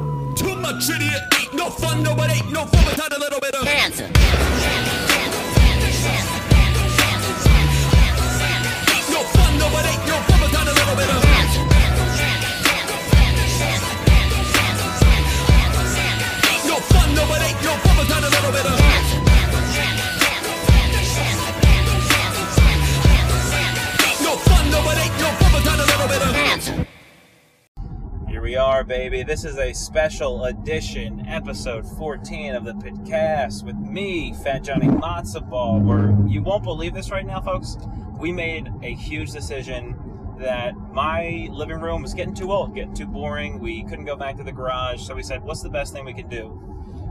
a trinity. Ain't no fun, no, but ain't no fun without a little bit of Dancer. Ain't no fun, no, but ain't no fun without a little bit of Ain't no fun, no, but ain't no fun without a little bit of Ain't no fun, no, but ain't no fun without a little bit of Here we are, baby. This is a special edition, episode 14 of the Pitcast with me, Fat Johnny Matzo Ball. Where you won't believe this right now, folks. We made a huge decision that my living room was getting too old, getting too boring. We couldn't go back to the garage, so we said, "What's the best thing we can do?"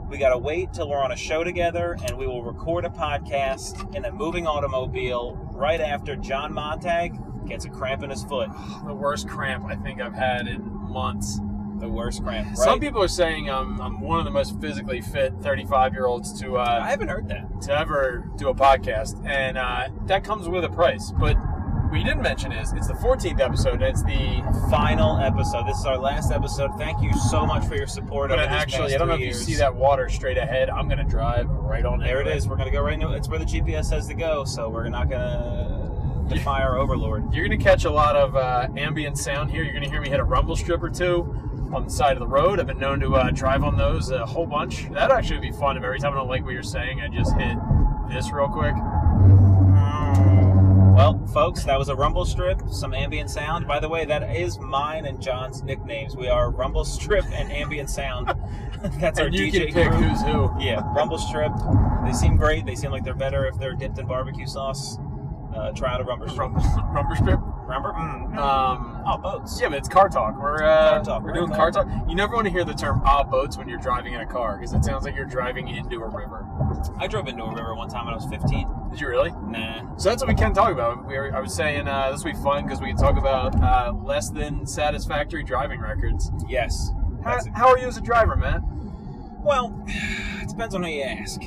We gotta wait till we're on a show together, and we will record a podcast in a moving automobile right after John Montag gets a cramp in his foot. the worst cramp I think I've had in months. The worst cramp. Right? Some people are saying I'm, I'm one of the most physically fit 35 year olds to I uh, haven't heard that. to ever do a podcast, and uh, that comes with a price. But what you didn't mention is it's the 14th episode, and it's the Final episode. This is our last episode. Thank you so much for your support. but over these past actually I don't know if three you years. see that water straight ahead. I'm gonna drive right on There it into is. We're gonna go right into it. It's where the GPS says to go, so we're not gonna defy our overlord. You're gonna catch a lot of uh, ambient sound here. You're gonna hear me hit a rumble strip or two on the side of the road. I've been known to uh, drive on those a whole bunch. That would actually be fun if every time I don't like what you're saying, I just hit this real quick. Well, folks, that was a rumble strip, some ambient sound. By the way, that is mine and John's nicknames. We are rumble strip and ambient sound. That's our and you DJ can pick group. who's who. Yeah, rumble strip. They seem great. They seem like they're better if they're dipped in barbecue sauce. Uh, try out a rumble strip. Rumble, rumble strip. Rumble. Mm. Um, Oh, boats. yeah, but it's car talk. We're uh, Car talk, we're right, doing car car talk. You never want to hear the term "ah boats" when you're driving in a car because it sounds like you're driving into a river. I drove into a river one time when I was 15. Did you really? Nah. So that's what we can talk about. We were, I was saying uh, this will be fun because we can talk about uh, less than satisfactory driving records. Yes. How, That's it. how are you as a driver, man? Well, it depends on who you ask.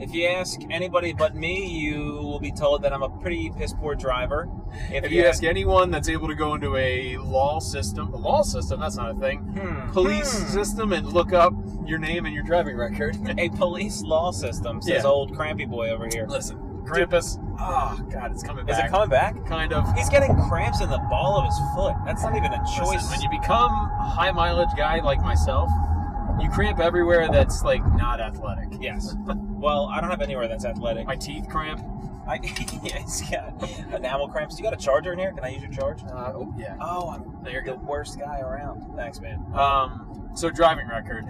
If you ask anybody but me, you will be told that I'm a pretty piss poor driver. If you ask anyone that's able to go into a law system, a law system, that's not a thing, Hmm. police Hmm. system, and look up your name and your driving record. a police law system, says Yeah. old crampy boy over here. Is Listen, Krampus. Oh God, it's coming back. it coming back? Kind of. He's getting cramps in the ball of his foot. That's not even a choice. Listen, when you become a high mileage guy like myself, you cramp everywhere that's like not athletic. Yes. Well, I don't have anywhere that's athletic. My teeth cramp. I, yes, yeah. Enamel cramps. You got a charger in here? Can I use your charge? Uh, oh yeah. Oh, I'm No, you're the good. worst guy around. Thanks, man. Um, so driving record.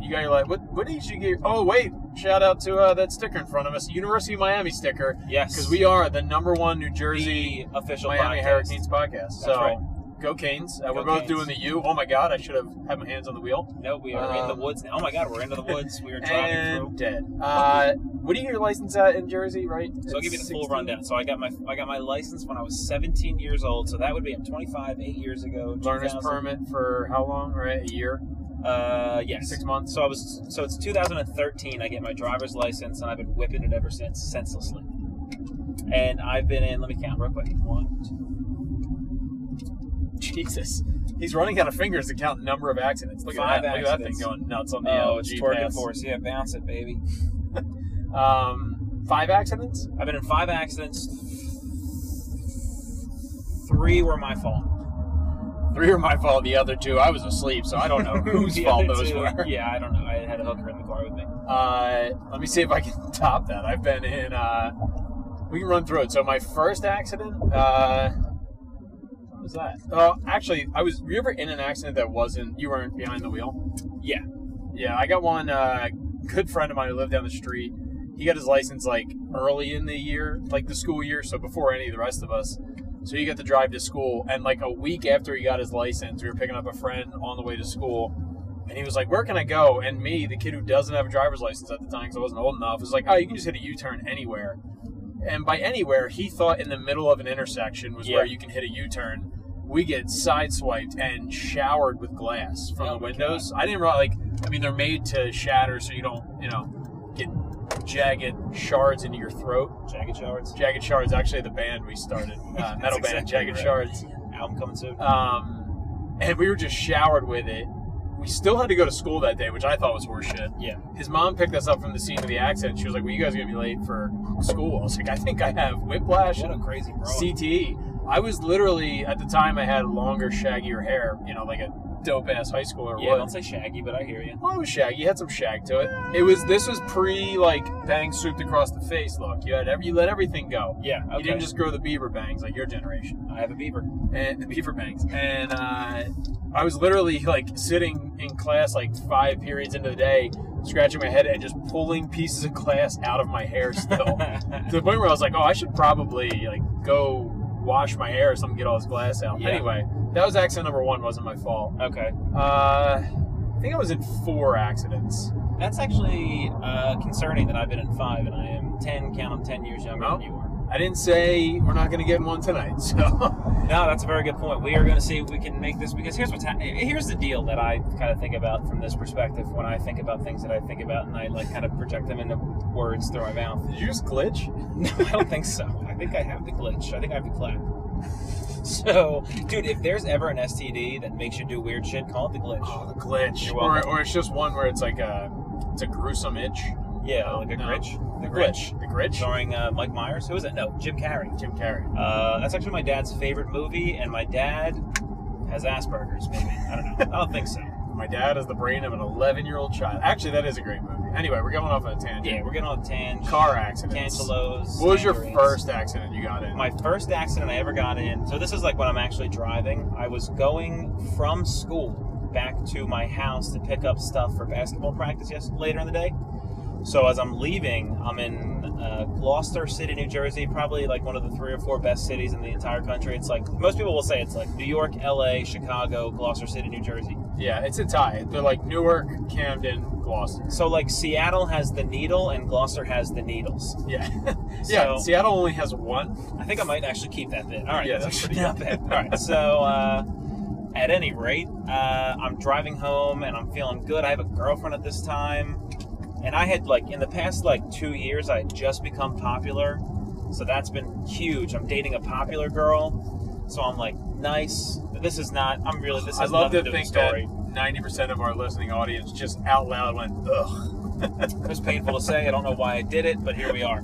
You got your like what? What did you get? Oh wait, shout out to uh, that sticker in front of us, University of Miami sticker, Yes. because we are the number one New the Jersey official Miami podcast. Hurricanes podcast. That's So right. go Canes! Uh, Go we're both Canes. doing the U. Oh my God, I should have had my hands on the wheel. No, we are in the Um, woods now. Oh my god, we're into the woods. We are driving And through. dead. Uh, what do you get your license at in Jersey? Right. So I'll give you the full rundown. So I got my I got my license when I was 17 years old. So that would be I'm 25, eight years ago. Learner's 2000 permit for how long? Right, a year, Uh, yes. six months. So I was so it's 2013. I get my driver's license, and I've been whipping it ever since, senselessly. And I've been in. Let me count real quick. One, two, Jesus, he's running out of fingers to count number of accidents. Look Five at that! Look at that thing accidents. going nuts on the oh, uh, it's G twerking pass. for us. Yeah, bounce it, baby. Um, five accidents. I've been in five accidents. Three were my fault. Three were my fault. The other two, I was asleep, so I don't know whose The fault other those two- were. Yeah, I don't know. I had a hooker in the car with me. Uh, let me see if I can top that. I've been in. Uh, we can run through it. So my first accident. Uh, what was that? Oh, actually, I was. Were you ever in an accident that wasn't? You weren't behind the wheel. Yeah. Yeah, I got one uh, good friend of mine who lived down the street. He got his license like early in the year, like the school year, so before any of the rest of us. So he got to drive to school, and like a week after he got his license, we were picking up a friend on the way to school, and he was like, "Where can I go?" And me, the kid who doesn't have a driver's license at the time, because I wasn't old enough, was like, "Oh, you can just hit a U-turn anywhere." And by anywhere, he thought in the middle of an intersection was Yeah. where you can hit a U-turn. We get sideswiped and showered with glass from Oh the my windows. I didn't realize, like, I mean, they're made to shatter so you don't, you know, get jagged shards into your throat. Jagged Shards. Jagged Shards, actually, the band we started, uh, That's metal band, exactly Jagged right. Shards. Album coming soon. Um, and we were just showered with it. we still had to go to school that day, which I thought was horseshit. Yeah. His mom picked us up from the scene of the accident. She was like, "Well, you guys are gonna be late for school." I was like, "I think I have whiplash What a and crazy bro. CTE." I was literally at the time I had longer, shaggier hair. You know, like a dope ass high schooler yeah, would. don't say shaggy, but I hear you. Well, Oh, it was shaggy. It had some shag to it. It was this was pre like bang swooped across the face look. You had every you let everything go. Yeah, okay. You didn't just grow the beaver bangs like your generation I have a beaver. and the beaver bangs. And uh, I was literally like sitting in class like five periods into the day, scratching my head and just pulling pieces of glass out of my hair still to the point where I was like, oh, I should probably like go wash my hair or something, get all this glass out. Yeah. Anyway, that was accident number one. Wasn't my fault. okay. Uh, I think I was in four accidents. That's actually uh, concerning that I've been in five and I am 10, count them 10 years younger Well. than you are. I didn't say we're not going to get one tonight. So No, that's a very good point. We are going to see if we can make this because here's what's ha- here's the deal that I kind of think about from this perspective when I think about things that I think about and I like kind of project them into words through my mouth. did you just glitch? No, I don't think so. I think I have the glitch. I think I have the clap. So, dude, if there's ever an STD that makes you do weird shit, call it the glitch. Oh, the glitch. You're Or, welcome. or it's just one where it's like a it's a gruesome itch. yeah, no, like a no. glitch. The glitch. Glitch. The glitch. Starring uh, Mike Myers. Who is it? No, Jim Carrey. Jim Carrey. Uh, that's actually my dad's favorite movie, and my dad has Asperger's, maybe. I don't know. I don't think so. My dad is the brain of an 11 year old child. Actually, that is a great movie. Anyway, we're going off on a tangent. Yeah, we're getting on tang. Car accidents. Cancelos. What was your tangerines. first accident you got in? My first accident I ever got in. So this is like when I'm actually driving. I was going from school back to my house to pick up stuff for basketball practice yes later in the day. So as I'm leaving, I'm in uh, Gloucester City, New Jersey, probably like one of the three or four best cities in the entire country. It's like most people will say it's like New York, L.A., Chicago, Gloucester City, New Jersey. yeah, it's a tie. They're like Newark, Camden, Gloucester. So like Seattle has the needle and Gloucester has the needles. Yeah. yeah, So- Seattle only has one. I think I might actually keep that bit. All right, Yeah, that's that's actually pretty not bad. All right, so uh, at any rate, uh, I'm driving home and I'm feeling good. I have a girlfriend at this time, and I had like in the past like two years, I had just become popular, so that's been huge. I'm dating a popular girl, so I'm like, nice. This is not. I'm really. This is I love nothing to to do think with the that story. 90% of our listening audience just out loud went, ugh. It was painful to say. I don't know why I did it, but here we are.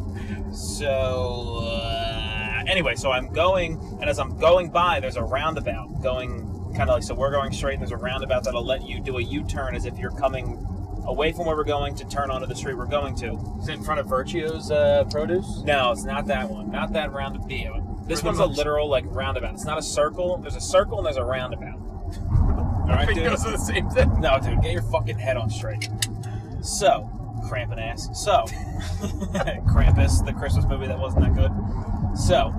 So, uh, anyway, so I'm going, and as I'm going by, there's a roundabout going kind of like, so we're going straight, and there's a roundabout that'll let you do a U turn as if you're coming away from where we're going to turn onto the street we're going to. Is it in front of Virtuo's uh, produce? No, it's not that one. Not that roundabout. This For the one's a most- literal, like, roundabout. It's not a circle. There's a circle and there's a roundabout. All right, It dude? goes to the same thing. No, dude, get your fucking head on straight. So, cramping ass. So, Krampus, the Christmas movie that wasn't that good. So,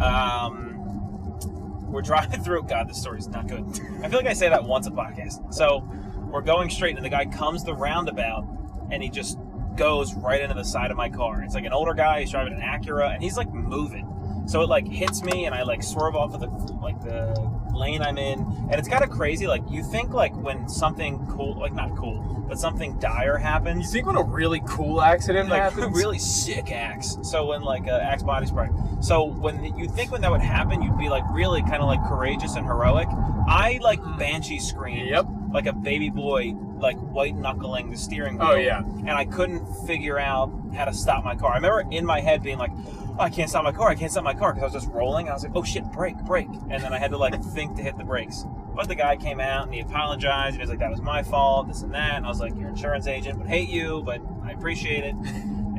um, we're driving through. God, this story's not good. I feel like I say that once a podcast. So, we're going straight, and the guy comes the roundabout, and he just goes right into the side of my car. It's like an older guy. He's driving an Acura, and he's like moving. So it like hits me, and I like swerve off of the like the lane I'm in, and it's kind of crazy. Like you think like when something cool, like not cool, but something dire happens, You think when a really cool accident like happens? really sick axe. So when like uh, axe body spray. So when you think when that would happen, you'd be like really kind of like courageous and heroic. I like banshee screamed Mm. Yep. like a baby boy, like white knuckling the steering wheel. Oh, yeah. And I couldn't figure out how to stop my car. I remember in my head being like, "Oh, I can't stop my car. I can't stop my car because I was just rolling. I was like, oh shit, brake, brake. And then I had to like think to hit the brakes. But the guy came out and he apologized and he was like, that was my fault, this and that. And I was like, your insurance agent would hate you, but I appreciate it.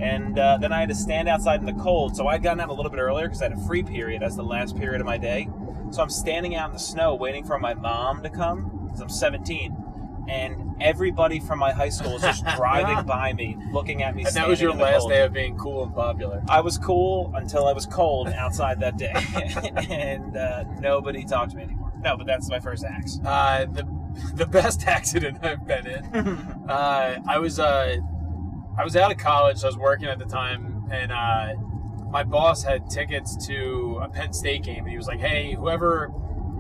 And uh, then I had to stand outside in the cold. So I'd gotten out a little bit earlier because I had a free period as the last period of my day. So I'm standing out in the snow waiting for my mom to come because I'm 17. And everybody from my high school is just driving by me, looking at me. And that was standing your in the last cold. day of being cool and popular. I was cool until I was cold outside that day, and uh, nobody talked to me anymore. No, but that's my first axe. Uh, the the best accident I've been in. Uh, I was uh, I was out of college. I was working at the time, and uh, my boss had tickets to a Penn State game, and he was like, "Hey, whoever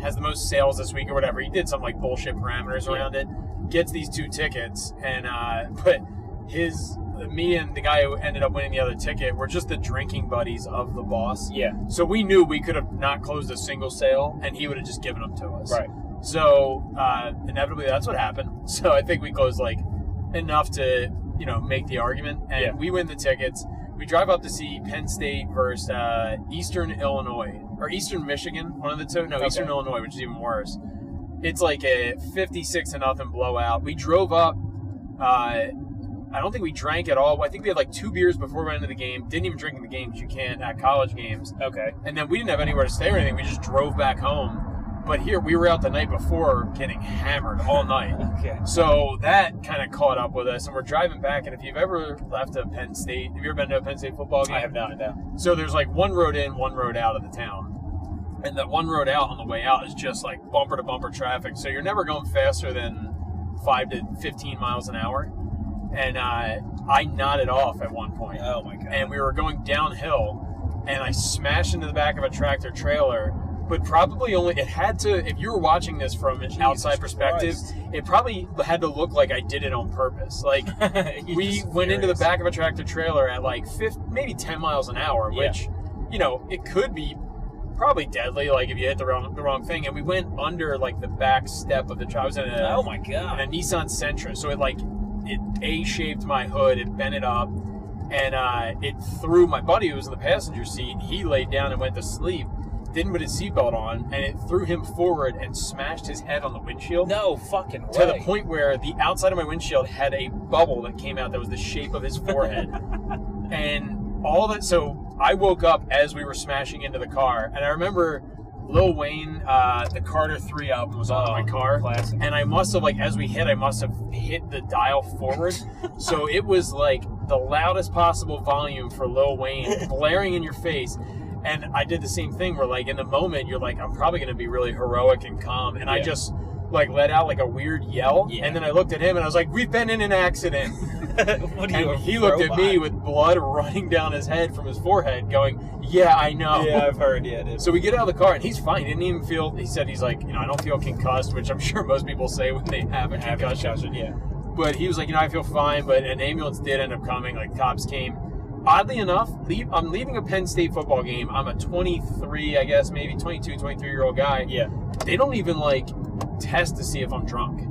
has the most sales this week or whatever," he did some like bullshit parameters around it. Gets these two tickets, and uh, but his me and the guy who ended up winning the other ticket were just the drinking buddies of the boss. yeah, So we knew we could have not closed a single sale, and he would have just given them to us. right. So uh, inevitably, that's what happened. So I think we closed like enough to you know make the argument, and Yeah. we win the tickets. We drive up to see Penn State versus uh, Eastern Illinois or Eastern Michigan, one of the two. No, Okay. Eastern Illinois, which is even worse. It's like a fifty-six to nothing blowout. We drove up. Uh, I don't think we drank at all. I think we had like two beers before we went into the game. Didn't even drink in the game 'cause you can't at college games. Okay. And then we didn't have anywhere to stay or anything. We just drove back home. But here, we were out the night before getting hammered all night. Okay. So that kind of caught up with us. And we're driving back. And if you've ever left a Penn State, have you ever been to a Penn State football game? I have not. No. So there's like one road in, one road out of the town. And that one road out on the way out is just like bumper to bumper traffic. So you're never going faster than five to 15 miles an hour. And uh, I nodded off at one point Oh my god. and we were going downhill and I smashed into the back of a tractor trailer but probably only it had to if you were watching this from an outside perspective Christ. it probably had to look like I did it on purpose like You're we just went into the furious. back of a tractor trailer at like fifth, maybe 10 miles an hour Yeah. which you know it could be probably deadly like if you hit the wrong the wrong thing and we went under like the back step of the truck I was in a Oh my and god. a Nissan Sentra. So it like it a shaped my hood, it bent it up, and uh, it threw my buddy who was in the passenger seat. He laid down and went to sleep. Didn't put his seatbelt on, and it threw him forward and smashed his head on the windshield. no fucking way. To the point where the outside of my windshield had a bubble that came out that was the shape of his forehead. and all that, so I woke up as we were smashing into the car, and I remember Lil Wayne, uh, the Carter 3 album was on in my car Oh, Classic. and I must have like as we hit, I must have hit the dial forward, so it was like the loudest possible volume for Lil Wayne blaring in your face. And I did the same thing where like in the moment you're like I'm probably gonna be really heroic and calm, and I Yeah. just like let out like a weird yell, Yeah. and then I looked at him and I was like, "We've been in an accident." what are you? a and he looked at me robot? with blood running down his head from his forehead, going, "Yeah, I know." Yeah, I've heard. Yeah, it is. So we get out of the car and he's fine. He didn't even feel. He said he's like, you know, I don't feel concussed, which I'm sure most people say when they have a Have a concussion. concussion, Yeah. But he was like, you know, I feel fine. But an ambulance did end up coming. Like cops came. Oddly enough, leave, I'm leaving a Penn State football game. I'm a 23, I guess, maybe 22, 23 year old guy. Yeah. They don't even like test to see if I'm drunk,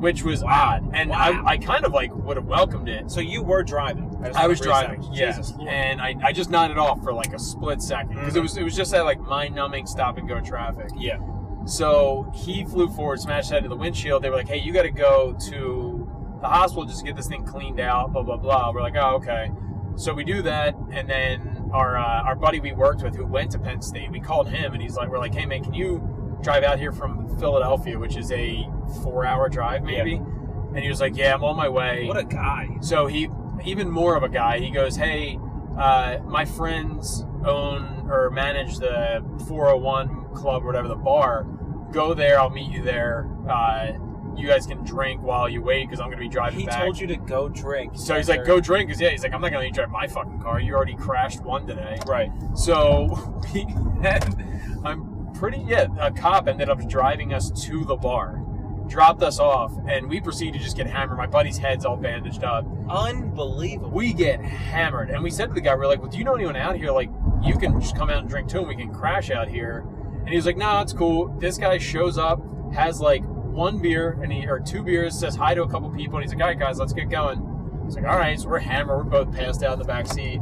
which was odd. And Wow. I, I kind of like would have welcomed it. So you were driving. just I wanna was driving, reestablish. yeah, Jesus Lord. and I, I just nodded off for like a split second because it Mhm. was it was just that like mind numbing stop and go traffic. Yeah. So he flew forward, smashed head to the windshield. They were like, "Hey, you got to go to the hospital just to get this thing cleaned out." Blah blah blah. We're like, "Oh, okay." So we do that, and then our uh, our buddy we worked with who went to Penn State, we called him, and he's like, "We're like, hey man, can you drive out here from Philadelphia, which is a four hour drive Yeah. maybe?" And he was like, "Yeah, I'm on my way." What a guy. So he, even more of a guy, he goes, Hey, uh, my friends own or manage the 401 club, whatever the bar. Go there, I'll meet you there. Uh, you guys can drink while you wait because I'm going to be driving He back. told you to go drink. so he's like, Go drink. Because, yeah, he's like, I'm not going to drive my fucking car. You already crashed one today. Right. So we had, I'm pretty, yeah, a cop ended up driving us to the bar, dropped us off, and we proceeded to just get hammered. My buddy's head's all bandaged up. Unbelievable. We get hammered. And we said to the guy, we're like, well, do you know anyone out here? Like, you can just come out and drink too, and we can crash out here. And he was like, nah, it's cool. This guy shows up, has like one beer and he or two beers, says hi to a couple people, and he's like, all right, guys, let's get going. He's like, all right, so we're hammered. We're both passed out in the back seat.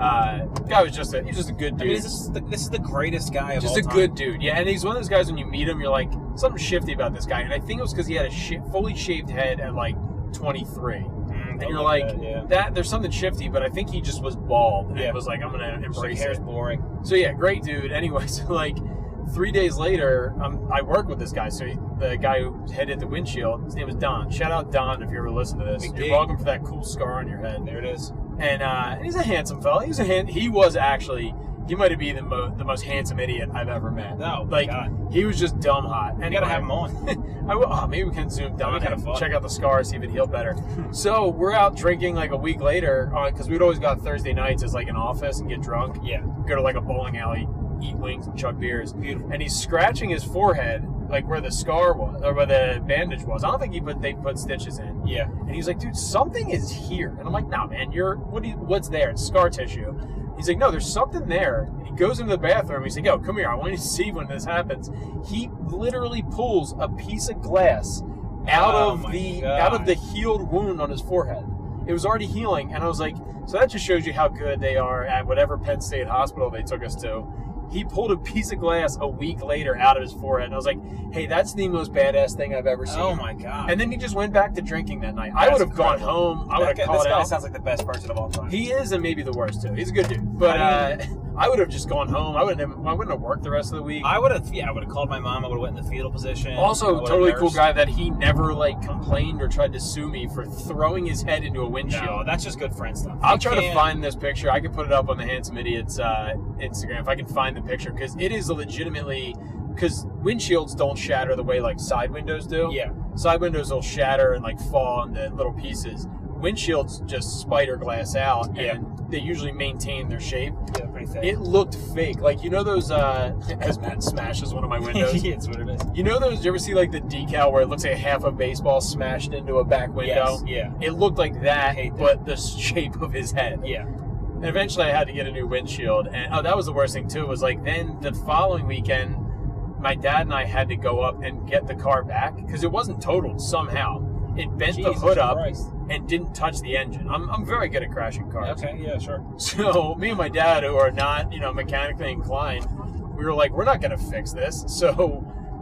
Uh, guy was just a he was just a good I dude mean, this is the, this is the greatest guy of just all a time. good dude. Yeah, and he's one of those guys when you meet him, you're like something shifty about this guy. And I think it was because he had a sh- fully shaved head at like 23, and don't you're like like that, Mm, that, Oh, yeah. There's something shifty, but I think he just was bald and Yeah. was like, I'm gonna Just like, embrace hair's it. boring. So yeah, great dude. Anyway, so like three days later, um, I work with this guy. So he, the guy who headed the windshield, his name was Don. Shout out Don if you ever listen to this. Big you're D. welcome for that cool scar on your head There it is. and uh, he's a handsome fella. He was a hand, he was actually he might have been the, mo- the most handsome idiot I've ever met. Oh, like God. he was just dumb hot. I And gotta have him on. I will, oh, maybe we can zoom down That'd be kinda and fun. check out the scar, see if it healed better. so we're out drinking like a week later because we'd always go out Thursday nights as like an office and get drunk, yeah. go to like a bowling alley, eat wings and chug beers. Beautiful. And he's scratching his forehead like where the scar was or where the bandage was. I don't think he put they put stitches in. Yeah. And he's like, dude, something is here. And I'm like, nah, man, you're what do you, what's there? It's scar tissue. He's like, no, there's something there. And he goes into the bathroom. He's like, yo, come here. I want you to see when this happens. He literally pulls a piece of glass out Oh of my the God. out of the healed wound on his forehead. It was already healing, and I was like, so that just shows you how good they are at whatever Penn State hospital they took us to. He pulled a piece of glass a week later out of his forehead, and I was like, hey, that's the most badass thing I've ever seen. Oh my god! And then he just went back to drinking that night. I That's would have gone incredible. home. That I would guy- have this called guy out. sounds like the best person of all time. He is, and maybe the worst too. He's a good dude, but I uh, I would have just gone home. I wouldn't. Have, I wouldn't have worked the rest of the week. I would have. Yeah, I would have called my mom. I would have went in the fetal position. I also, would've totally cool nursed. guy that he never like complained or tried to sue me for throwing his head into a windshield. No, that's just good friend stuff. I'll You try to can't- find this picture. I can put it up on the Handsome Idiots uh, Instagram if I can find the picture because it is legitimately because windshields don't shatter the way like side windows do. Yeah. side windows will shatter and like fall into little pieces. Windshields just spider glass out, Yeah. and they usually maintain their shape. Yeah, pretty thick. It looked fake, like you know those uh, as Matt smashes one of my windows. Yeah, it's what it is. You know those? You ever see like the decal where it looks like half a baseball smashed into a back window? Yes, yeah. It looked like I that, hate that. but the shape of his head. Yeah. And eventually, I had to get a new windshield. And oh, that was the worst thing too. Was like then the following weekend, my dad and I had to go up and get the car back because it wasn't totaled somehow. It bent the Jesus hood up Christ. and didn't touch the engine. I'm, I'm very good at crashing cars. Okay. Yeah. Sure. So me and my dad, who are not, you know, mechanically inclined, we were like, we're not gonna fix this. So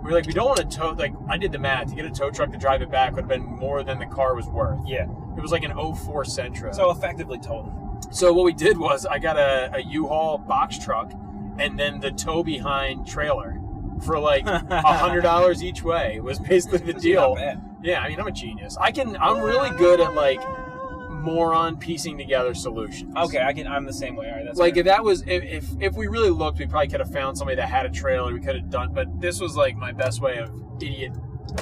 we were like, we don't want to tow. Like I did the math to get a tow truck to drive it back would have been more than the car was worth. Yeah. It was like an 04 Sentra. So effectively total. So what we did was I got a, a U-Haul box truck and then the tow behind trailer for like hundred dollars each way was basically the That's not deal. bad. Yeah, I mean I'm a genius. I can I'm really good at like moron piecing together solutions. Okay. I can. I'm the same way. All right. That's Like fair. if that was if, if if we really looked, we probably could have found somebody that had a trailer. We could have done, but this was like my best way of idiot,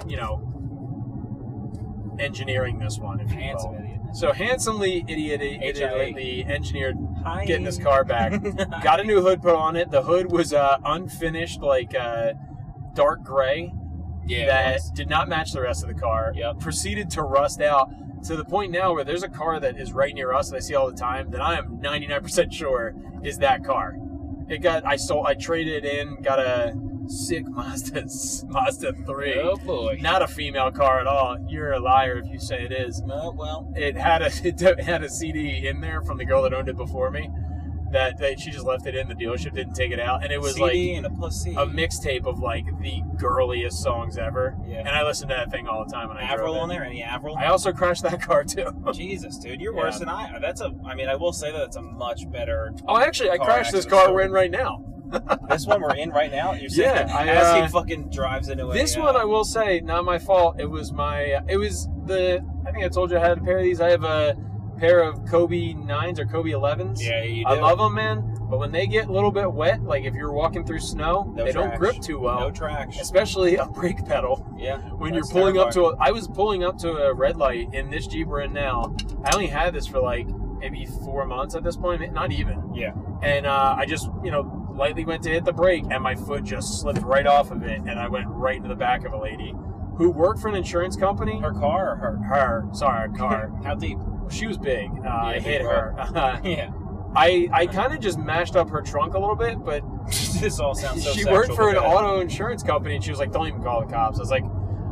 you know, engineering this one. If you will. Handsome idiot. So handsomely idiot, H.I.E.. idiotly engineered Hi. getting this car back. Got a new hood put on it. The hood was uh, unfinished, like uh, dark gray Yeah. that nice. did not match the rest of the car. Yep. Proceeded to rust out to the point now where there's a car that is right near us that I see all the time that I am 99% sure is that car. It got I sold I traded in got a sick Mazda Mazda 3. Oh boy. Not a female car at all. You're a liar if you say it is No. Well. it had a it had a CD in there from the girl that owned it before me. That they, she just left it in the dealership, didn't take it out, and it was CD like and a pussy. a mixtape of like the girliest songs ever. Yeah. And I listened to that thing all the time. And I drove Avril it. on there. Any Avril? I also crashed that car too. Jesus, dude, you're Yeah. worse than I. That's a. I mean, I will say that it's a much better. Oh, actually, I Car crashed this accident car we're in right now. This one we're in right now. You're Yeah, saying I, as uh, he fucking drives into a, This uh, one, I will say, not my fault. It was my. uh, It was the. I think I told you I had a pair of these. I have a pair of Kobe nines or Kobe elevens. Yeah, you do. I love them, man. But when they get a little bit wet, like if you're walking through snow, No they don't traction. grip too well. No traction. especially a brake pedal. Yeah. When that's you're pulling up to terrifying. a, I was pulling up to a red light in this Jeep we're in now. I only had this for like maybe four months at this point, not even. Yeah. And uh, I just, you know, lightly went to hit the brake, and my foot just slipped right off of it, and I went right into the back of a lady who worked for an insurance company. Her car or her? her sorry, her car. How deep? she was big. Uh, I big hit her. Yeah. I I kind of just mashed up her trunk a little bit, but this all sounds so. she sexual, worked for an but uh, go ahead. auto insurance company and she was like don't even call the cops i was like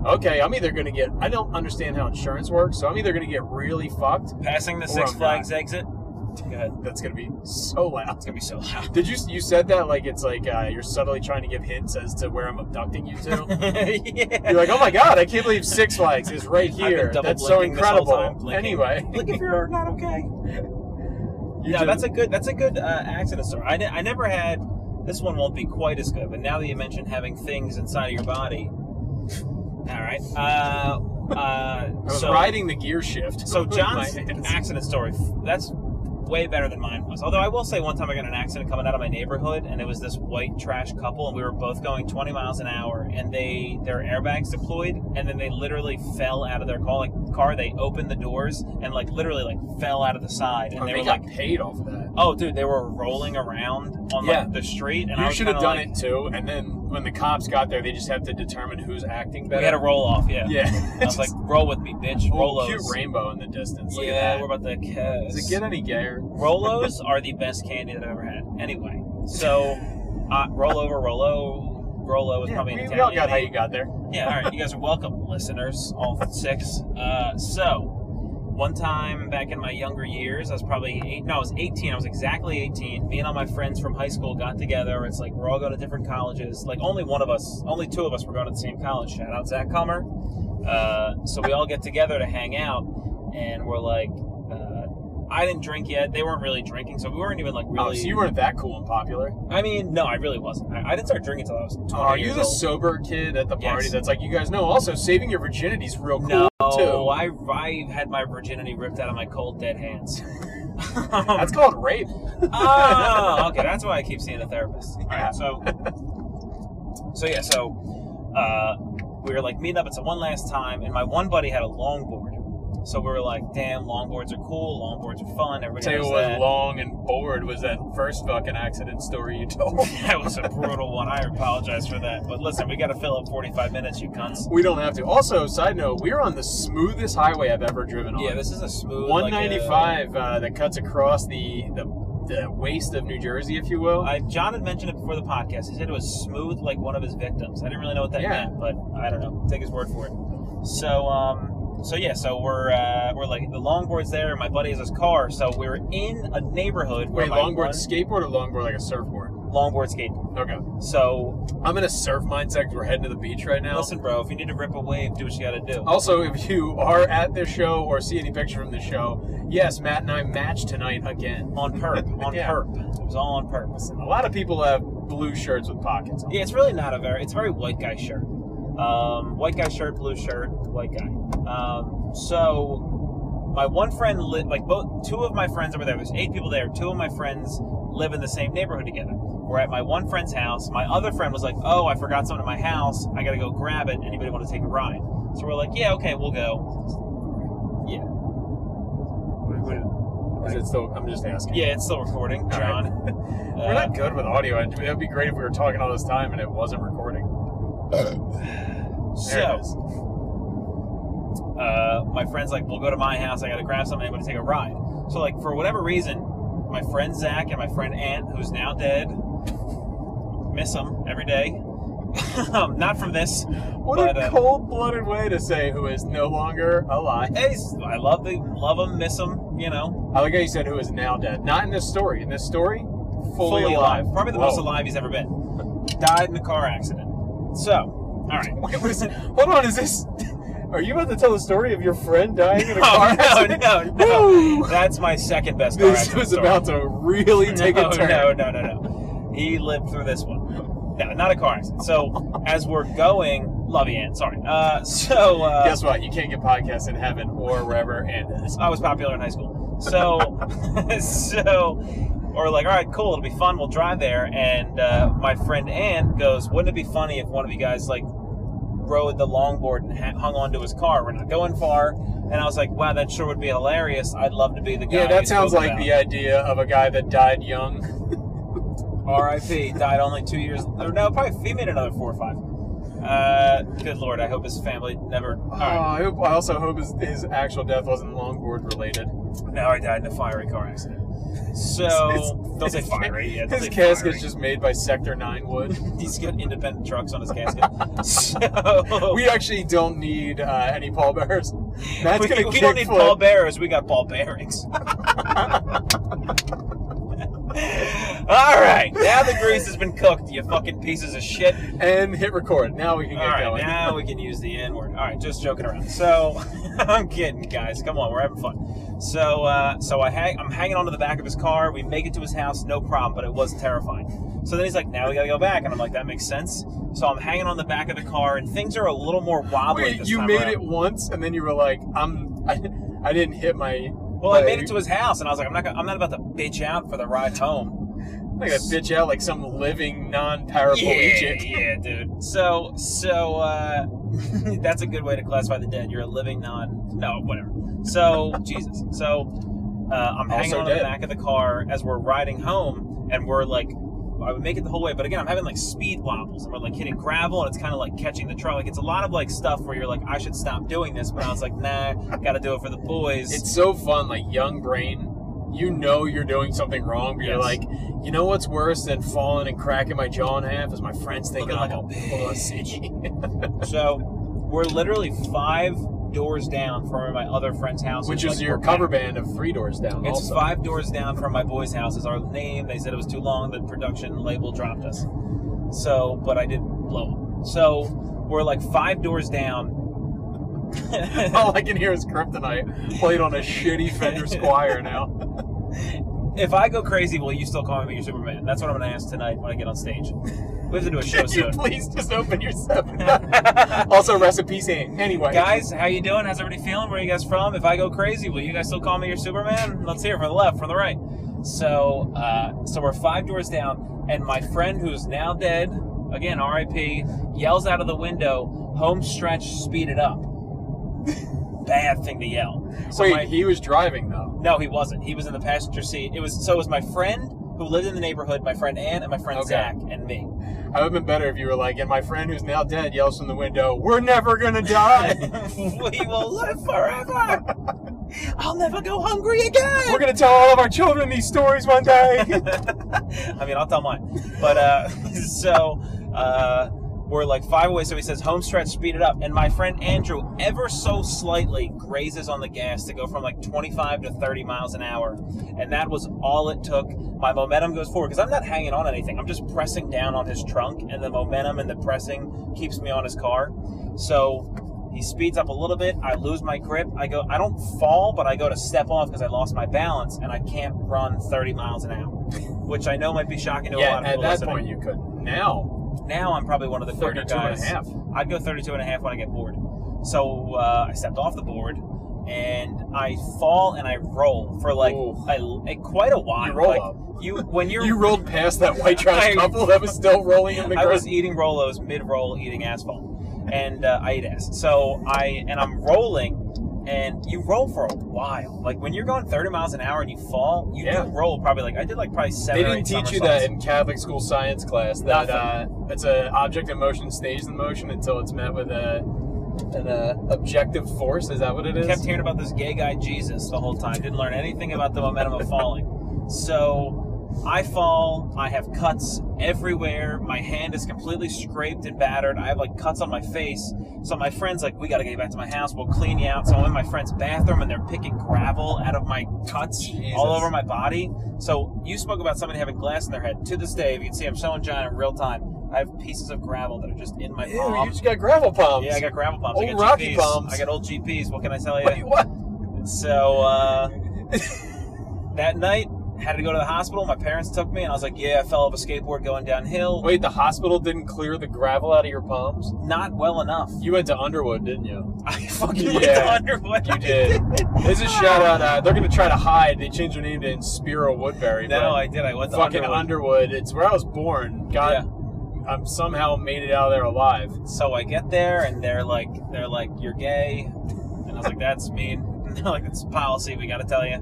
okay i'm either going to get i don't understand how insurance works so i'm either going to get really fucked Passing the Or Six I'm Flags exit. Go ahead. that's going to be so loud It's gonna be so loud. did you you said that like it's like uh, you're subtly trying to give hints as to where i'm abducting you to yeah. you're like oh my god i can't believe six flags is right I've been here double that's so blinking this whole incredible time, blinking. anyway Look if you're not okay. you no, did- that's a good. That's a good uh, accident story. I, ne- I never had. This one won't be quite as good. But now that you mentioned having things inside of your body, all right. Uh, uh, I was so, riding the gear shift So with my John's hands. accident story. f- That's way better than mine was. Although I will say, one time I got in an accident coming out of my neighborhood, and it was this white trash couple, and we were both going 20 miles an hour, and they their airbags deployed, and then they literally fell out of their car. Like, car they opened the doors and like literally like fell out of the side, and Oh, they, they were got like paid off of that Oh, dude, they were rolling around on Yeah. like, the street, and I you was should have kinda done like, it too. And then when the cops got there, they just have to determine who's acting better. We had a roll off, yeah. yeah. I was like, roll with me, bitch. oh, Rolos. cute rainbow in the distance. Look yeah, at we're that. about to kiss. Does it get any gayer? Rolos are the best candy that I've ever had. Anyway, so uh, Rollover Rolo. Rolo is Yeah, probably we, an we all Italian got how name. you got there. Oh, Yeah, all right. You guys are welcome, listeners, all six. Uh, so, one time back in my younger years, I was probably eight. No, I was 18. I was exactly 18. Me and all my friends from high school got together. It's like we're all going to different colleges. Like only one of us, only two of us were going to the same college. Shout out Zach Comer. Uh, so we all get together to hang out, and we're like, uh, I didn't drink yet. They weren't really drinking, so we weren't even like really. Oh, so you weren't that cool and popular. I mean, no, I really wasn't. I, I didn't start drinking until I was 20 Are you years the old. sober kid at the party Yes. that's like, you guys know, also saving your virginity's real cool No, too? I, I had my virginity ripped out of my cold dead hands. That's called rape. oh, okay. That's why I keep seeing a therapist. All Yeah. right, so, so yeah, so uh, we were like meeting up. It's a one last time, and my one buddy had a longboard. So we were like, "Damn, longboards are cool. Longboards are fun. Everybody tell you knows what that." was long and bored was that first fucking accident story you told. that was a brutal one. I apologize for that. But listen, we got to fill up forty-five minutes, you cunts. we don't have to. Also, side note, we're on the smoothest highway I've ever driven on. Yeah, this is a smooth like, uh, 195 uh, that cuts across the, the the waste of New Jersey, if you will. I, John had mentioned it before the podcast. He said it was smooth like one of his victims. I didn't really know what that Yeah. meant, but I don't know. Take his word for it. So, um, so yeah, so we're uh, we're like the longboard's there, and my buddy has his car. So we're in a neighborhood where Wait, my longboard one- skateboard or longboard like a surfboard? longboard skate. Okay. So I'm in a surf mindset 'cause we're heading to the beach right now. Oh. listen, bro, if you need to rip a wave, do what you got to do. Also, if you are at this show or see any picture from the show, yes, Matt and I matched tonight again. On perp, on Yeah. perp. It was all on perp. A lot of people have blue shirts with pockets. on. Yeah, it's really not a very. It's a very white guy shirt. Um, white guy shirt, blue shirt, white guy. Um, so my one friend lit like both two of my friends over there. There's eight people there. Two of my friends live in the same neighborhood together. We're at my one friend's house. My other friend was like, "Oh, I forgot something at my house. I gotta go grab it. Anybody want to take a ride?" So we're like, "Yeah, okay, we'll go." Yeah. Is it still? I'm just asking. Yeah, it's still recording, right. John. Uh, We're not good with audio. It would be great if we were talking all this time and it wasn't recording. There so. it is. uh, my friend's like, we'll go to my house. I got to grab something. I'm going to take a ride. So, like, for whatever reason, my friend Zach and my friend Ant, who's now dead, miss him every day. um, not from this. What but, a uh, cold-blooded way to say who is no longer alive. hey, s- I love the love him, miss him. You know, I like how you said who is now dead. Not in this story. In this story, fully, Probably the Whoa. most alive he's ever been. Died in a car accident. So, all right. Wait, what is it? Hold on, is this? Are you about to tell the story of your friend dying in a car Oh, no, accident? no, no. Woo! That's my second best. car This accident was story. about to really take no, a turn. No, no, no, no. He lived through this one. No, not a car accident. So as we're going, love you, Ann. Sorry. Uh, so uh, Guess what? You can't get podcasts in heaven or wherever and is. I was popular in high school. So, so, or like, all right, cool, it'll be fun. We'll drive there. And uh, my friend Ann goes, wouldn't it be funny if one of you guys like rode the longboard and ha- hung onto his car? We're not going far. And I was like, wow, that sure would be hilarious. I'd love to be the guy. Yeah, you that sounds spoke like about." the idea of a guy that died young. R.I.P. Died only two years. Or no, probably he made another four or five. Uh, good lord, I hope his family never. All Oh, right, I, hope, I also hope his, his actual death wasn't longboard related. now I died in a fiery car accident. So don't say his- fiery. Yeah, don't His say casket's fiery. just made by Sector 9 wood. he's got independent trucks on his casket. so we actually don't need uh, any pallbearers. Matt's we, gonna we don't need kick ball flip. bearers. We got ball bearings. All right, now the grease has been cooked. You fucking pieces of shit. and hit record. Now we can get All right, going. now we can use the N word. All right, just joking around. So I'm kidding, guys. Come on, we're having fun. So, uh, so I hang, I'm hanging onto the back of his car. We make it to his house, no problem. But it was terrifying. So then he's like, "Now we gotta go back," and I'm like, "That makes sense." So I'm hanging on the back of the car, and things are a little more wobbly. Wait, this you time made around. it once, and then you were like, "I'm, I, I didn't hit my." Well, I made it to his house, and I was like, "I'm not, gonna, I'm not about to bitch out for the ride home." like that bitch out like some living non-paraplegic. yeah, dude. So, so uh, that's a good way to classify the dead. You're a living non. No, whatever. So, Jesus. So, Uh, I'm hanging Also on to the dead. back of the car as we're riding home, and we're like, I would make it the whole way, but again, I'm having like speed wobbles, and we're like hitting gravel, and it's kind of like catching the truck. Like it's a lot of like stuff where you're like, I should stop doing this, but I was like, nah, got to do it for the boys. It's so fun, like young brain. You know you're doing something wrong, but you're Yes. like, you know what's worse than falling and cracking my jaw in half is my friends thinking Looking I'm like a a pussy. so we're literally five doors down from my other friend's house, Which who's, is like, your cover band of Three Doors Down. It's also. five doors down from my boy's house is our name. They said it was too long. The production label dropped us. So, but I did blow them. So we're like five doors down. All I can hear is Kryptonite played on a shitty Fender Squire now. if I go crazy, will you still call me your Superman? That's what I'm going to ask tonight when I get on stage. We have to do a show Can soon. you please just open yourself? also, recipe saying. Anyway, Guys, how you doing? How's everybody feeling? Where are you guys from? If I go crazy, will you guys still call me your Superman? Let's hear it from the left, from the right. So, uh, so we're five doors down, and my friend who's now dead, again R.I.P., yells out of the window, "Home stretch, speed it up." Bad thing to yell. So wait, my- he was driving though. no, he wasn't. He was in the passenger seat. It was so it was my friend who lived in the neighborhood, my friend Ann, and my friend Okay. Zach, and me. I would have been better if you were like, and my friend who's now dead yells from the window, "We're never gonna die. we will live forever. I'll never go hungry again. We're gonna tell all of our children these stories one day." I mean, I'll tell mine. But uh, so uh, we're like five away. So he says, home stretch, speed it up. And my friend Andrew, ever so slightly, grazes on the gas to go from like 25 to 30 miles an hour. And that was all it took. My momentum goes forward because I'm not hanging on anything. I'm just pressing down on his trunk, and the momentum and the pressing keeps me on his car. So he speeds up a little bit. I lose my grip. I go. I don't fall, but I go to step off because I lost my balance and I can't run 30 miles an hour, which I know might be shocking to a yeah, lot of at people. that listening. point you could. Now, now I'm probably one of the 30 32 and guys. a half. I'd go 32 and a half when I get bored. So uh, I stepped off the board and I fall and I roll for like Ooh. a, a- quite a while. You roll like, up. You when you're You rolled past that white trash I- couple that was still rolling in the I was ground. eating Rolos mid roll, eating asphalt, and uh, I ate ass. So I and I'm rolling, and you roll for a while. Like when you're going 30 miles an hour and you fall, you Yeah. do roll probably like I did like probably seven. They or didn't eight teach you somersaults. that in Catholic school science class. That uh, it's an object in motion stays in motion until it's met with a an uh, objective force. Is that what it is? kept hearing about this gay guy Jesus the whole time. Didn't learn anything about the momentum of falling. So I fall. I have cuts everywhere. My hand is completely scraped and battered. I have like cuts on my face. So my friend's like, "We got to get you back to my house. We'll clean you out." So I'm in my friend's bathroom and they're picking gravel out of my cuts Jesus. all over my body. So you spoke about somebody having glass in their head. To this day, if you can see, I'm showing John in real time. I have pieces of gravel that are just in my Ew, palm. you just got gravel palms. yeah, I got gravel palms. I Old got Rocky GPs. palms. I got old GPs. What can I tell you? Wait, what? So uh, that night, had to go to the hospital. My parents took me, and I was like, "Yeah, I fell off a skateboard going downhill. Wait, the hospital didn't clear the gravel out of your palms. Not well enough. You went to Underwood, didn't you? I fucking went Yeah, to Underwood. You did. this is shout out. Uh, they're gonna try to hide. They changed their name to Spiro Woodbury. but- No, I did. I went to fucking Underwood. Underwood. It's where I was born. God, I'm somehow made it out of there alive. so I get there, and they're like, they're like, "You're gay," and I was like, "That's mean." And they're like, "It's policy. We got to tell you."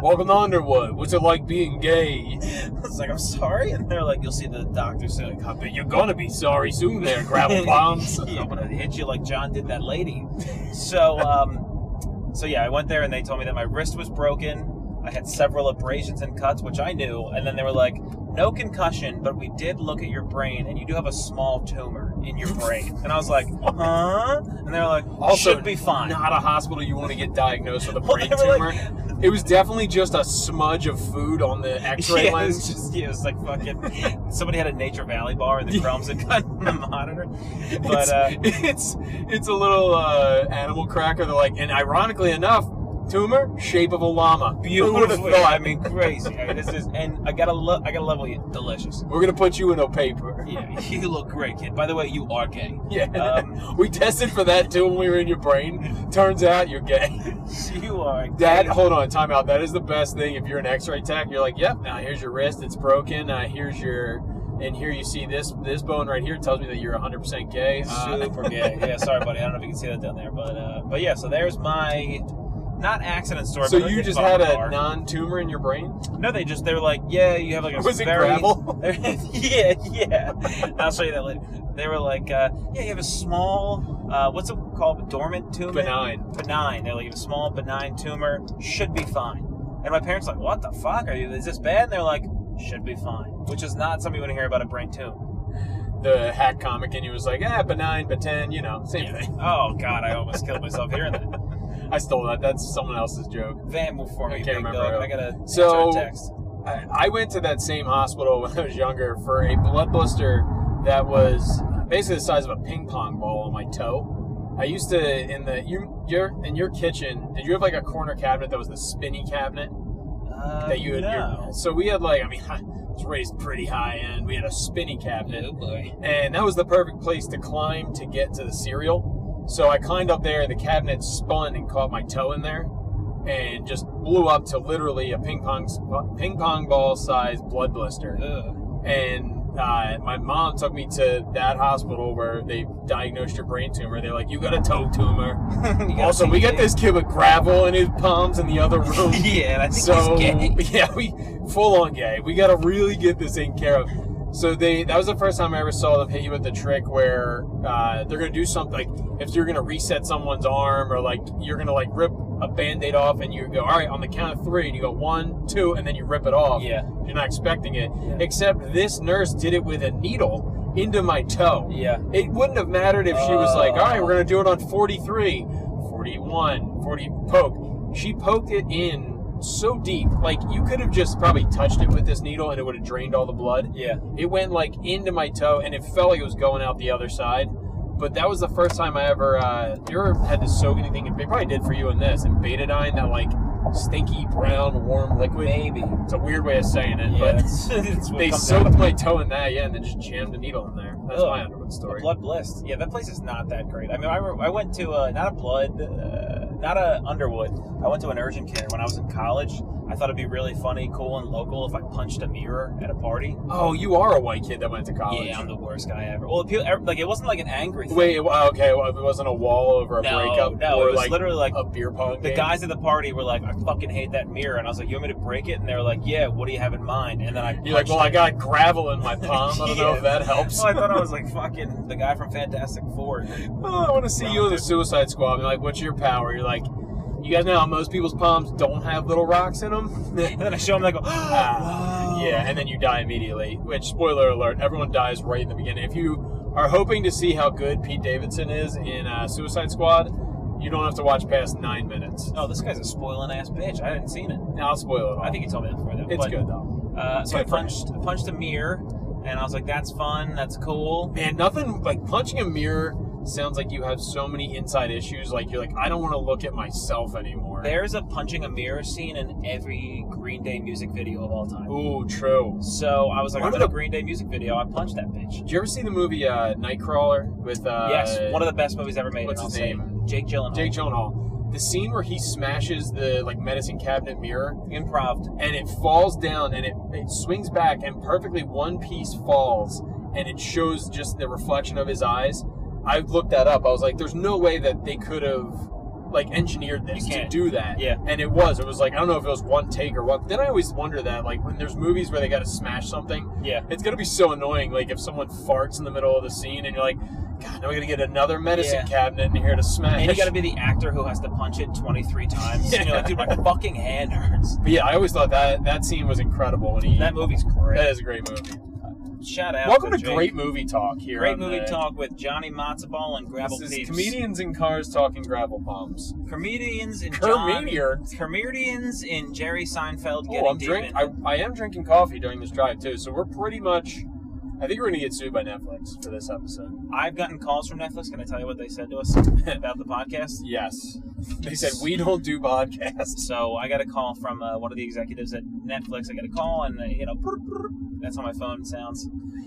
Welcome to Underwood. What's it like being gay? I was like, "I'm sorry," and they're like, "You'll see the doctor soon." I bet you're gonna be sorry soon, there, gravel bombs. Yeah, I'm gonna hit you like John did that lady. So, um, so yeah, I went there and they told me that my wrist was broken. I had several abrasions and cuts, which I knew. And then they were like, "No concussion, but we did look at your brain, and you do have a small tumor in your brain." And I was like, "Huh?" And they were like, Also, "Should be fine." Not a hospital you want to get diagnosed with a Well, brain they were tumor. like- it was definitely just a smudge of food on the X-ray yeah, it was lens. just yeah, it was like fucking somebody had a Nature Valley bar and the crumbs had gotten the monitor. But it's, uh, it's it's a little uh, animal cracker. They're like, and ironically enough, tumor shape of a llama. Who would have beautiful. thought? I mean, crazy. I mean, this is, and I gotta, lo- I gotta level you. Delicious. we're gonna put you in a paper. Yeah, you look great, kid. By the way, you are gay. Yeah, Um, we tested for that too when we were in your brain. Turns out you're gay. You are. Uh, That hold on, time out. That is the best thing. If you're an X-ray tech, you're like, yep. Now here's your wrist. It's broken. Uh, here's your, and here you see this this bone right here tells me that you're 100 percent gay. Uh, super gay. Yeah, sorry, buddy. I don't know if you can see that down there, but uh, but yeah. So there's my not accident store. So but like you a just bump had a car. non-tumor in your brain? No, they just they were like, yeah, you have like a Was it very gravel? yeah, yeah. I'll show you that later. They were like, uh, yeah, you have a small uh, what's it called, dormant tumor? Benign. Benign. They're like, you have a small benign tumor, should be fine. And my parents were like, what the fuck are you? Is this bad? And they're like, should be fine, which is not something you want to hear about a brain tumor. The hack comic in you was like, ah, benign, but ten, you know, same thing. Oh God, I almost killed myself hearing that. I stole that. That's someone else's joke. Van, move for I me, can't big remember dog. who. I gotta answer So- a text. I, I went to that same hospital when I was younger for a blood blister that was basically the size of a ping pong ball on my toe. I used to in the you your in your kitchen. Did you have like a corner cabinet that was the spinny cabinet? Uh, that you had. no. Your, so we had like, I mean, I was raised pretty high end. We had a spinny cabinet, Oh, boy. and that was the perfect place to climb to get to the cereal. So I climbed up there. The cabinet spun and caught my toe in there, and just blew up to literally a ping pong sp- ping pong ball sized blood blister. Ugh. And uh, my mom took me to that hospital where they diagnosed your brain tumor. They're like, "You got a toe tumor." You gotta also, see we got it. this kid with gravel in his palms in the other room. yeah, and I think So he's gay. yeah, we full on gay. We gotta really get this taken care of. So they that was the first time I ever saw them hit you with the trick where uh, they're gonna do something like if you're gonna reset someone's arm or like you're gonna like rip a band-aid off and you go all right on the count of three and you go one two and then you rip it off Yeah. you're not expecting it Yeah. except this nurse did it with a needle into my toe Yeah. it wouldn't have mattered if she was like, all right, Oh. we're going to do it on 43, 41, 40, poke. She poked it in so deep. Like, you could have just probably touched it with this needle and it would have drained all the blood. Yeah. It went, like, into my toe and it felt like it was going out the other side. But that was the first time I ever, uh, you ever had to soak anything in, they probably did for you in this, in betadine, that, like, stinky brown warm liquid. Maybe. It's a weird way of saying it, Yeah, but it's, it's what they comes out of soaked my toe in that, yeah, and then just jammed a needle in there. That's Ugh. my Underwood the story. blood bliss. Yeah, that place is not that great. I mean, I, re- I went to uh not a blood, uh, not a Underwood. I went to an urgent care when I was in college. I thought it'd be really funny, cool, and local if I punched a mirror at a party. Oh, you are a white kid that went to college. Yeah, I'm the worst guy ever. Well, people, ev- like it wasn't like an angry thing. Wait, well, okay, well, it wasn't a wall over a No, breakup. no, or it was like literally like a beer pong. the game? guys at the party were like, "I fucking hate that mirror," and I was like, "You want me to break it?" And they were like, "Yeah, what do you have in mind?" And then I You're like, punched well, I it. got gravel in my palm. I don't know if that helps. Well, I thought I was like fucking the guy from Fantastic Four. Oh, I want to see you in the Suicide Squad. And like, what's your power? You're like, you guys know how most people's palms don't have little rocks in them. And then I show him, they go, Oh. Ah, yeah, and then you die immediately. Which, spoiler alert, everyone dies right in the beginning. If you are hoping to see how good Pete Davidson is in uh, Suicide Squad, you don't have to watch past nine minutes. No, this guy's a spoiling ass bitch. I hadn't seen it. I'll spoil it. All. Oh. I think he told me that before. Though. it's But, good though. Uh, so I Good for punched I punched a mirror, and I was like, "That's fun. That's cool." Man, nothing like punching a mirror sounds like you have so many inside issues. Like you're like, I don't want to look at myself anymore. There's a punching a mirror scene in every Green Day music video of all time. Ooh, true. So I was like, One "I'm of in a the- Green Day music video. I punched that bitch." Did you ever see the movie uh, Nightcrawler with? Uh, yes, one of the best movies ever made. what's and I'll his say name? Jake Gyllenhaal. Jake Gyllenhaal. The scene where he smashes the like medicine cabinet mirror improv. and it falls down and it, it swings back and perfectly one piece falls and it shows just the reflection of his eyes. I looked that up. I was like, there's no way that they could have like engineered this You to can't. do that. Yeah. And it was. It was like I don't know if it was one take or what. Then I always wonder that like when there's movies where they got to smash something, Yeah. it's gonna be so annoying. Like if someone farts in the middle of the scene and you're like, God, now we gotta get another medicine Yeah. cabinet in here to smash. And you got to be the actor who has to punch it 23 times. You know, like, dude, my fucking hand hurts. But yeah, I always thought that that scene was incredible when he. That movie's great. that is a great movie. Shout out. Uh, Welcome to Jake. great movie talk here. Great on movie the- talk with Johnny Matzaball and Gravel This is Peeps. comedians in cars talking gravel bombs. Comedians in Comedians. John, comedians in Jerry Seinfeld getting Oh, I'm deep drink. in. I, I am drinking coffee during this drive too, so we're pretty much. I think we're gonna get sued by Netflix for this episode. I've gotten calls from Netflix. Can I tell you what they said to us about the podcast? Yes, they said we don't do podcasts. So I got a call from uh, one of the executives at Netflix. I got a call, and uh, you know, brr, brr, that's how my phone sounds.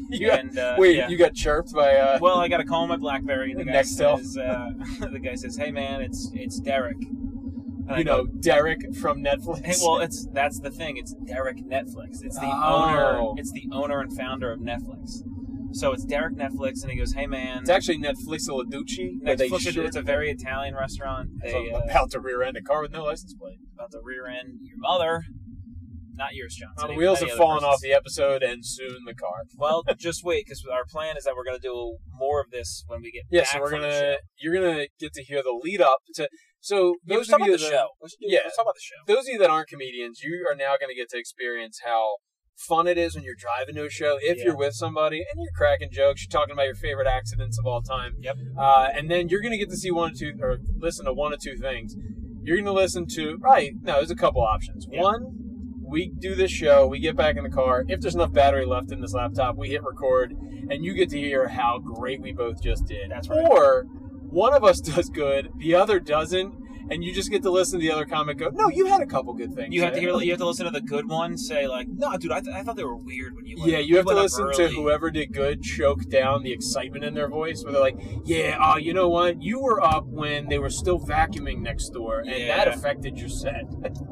You got- And, uh, wait, yeah. you got chirped by? Uh, Well, I got a call on my BlackBerry. and The guy Nextel. says, uh, "The guy says, hey man, it's it's Derek." And I you go, know, Derek from Netflix. Hey, well, it's that's the thing. It's Derek Netflix. It's the Oh. owner. It's the owner and founder of Netflix. So it's Derek Netflix, and he goes, "Hey man, It's actually Netflix Laducci. but they Netflix, shortened it's a very Italian restaurant. As They, I'm uh, about to rear end a car with no license plate. about the rear end your mother, not yours, John. Uh, the Any- wheels any have other fallen off person's. the episode and soon the car. well, just wait, because our plan is that we're going to do more of this when we get Yeah, back so we're from the gonna show. you're gonna get to hear the lead up to. So Yeah, let's those talk about of you the that, show. Let's, do- Yeah. let's talk about the show. those of you that aren't comedians, you are now gonna get to experience how fun it is when you're driving to a show if Yeah. you're with somebody and you're cracking jokes, you're talking about your favorite accidents of all time. Yep. Uh, and then you're gonna get to see one or two or listen to one or two things. You're gonna listen to right no, there's a couple options. Yeah. One. We do this show, we get back in the car. If there's enough battery left in this laptop, we hit record, and you get to hear how great we both just did. That's right. Or one of us does good, the other doesn't, and you just get to listen to the other comic go, "No, you had a couple good things." You have to there." hear. You have to listen to the good one say like, "No, dude, I, th- I thought they were weird when you." Went, Yeah, you have to went up listen to early." whoever did good choke down the excitement in their voice, where they're like, "Yeah, oh, you know what? You were up when they were still vacuuming next door, and Yeah. that affected your set."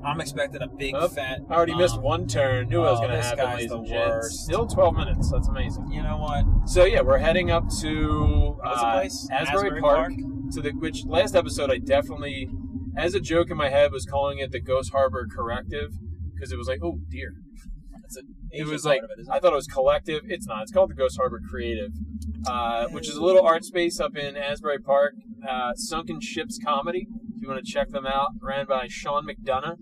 I'm expecting a big Up. fat. I already missed um, one turn. Knew I was Oh, going to this happen. guy's ladies the and gents. worst. Still twelve minutes. That's amazing. You know what? So yeah, we're heading up to What's the uh, place? Asbury, Asbury Park, Park? To the which last episode I definitely, as a joke in my head, was calling it the Ghost Harbor Corrective because it was like, oh dear, That's an it Asian was part like of it, isn't I thought it was collective. It's not. It's called the Ghost Harbor Creative, uh, which is a little art space up in Asbury Park. Uh, Sunken Ships Comedy. If you want to check them out, ran by Sean McDonough.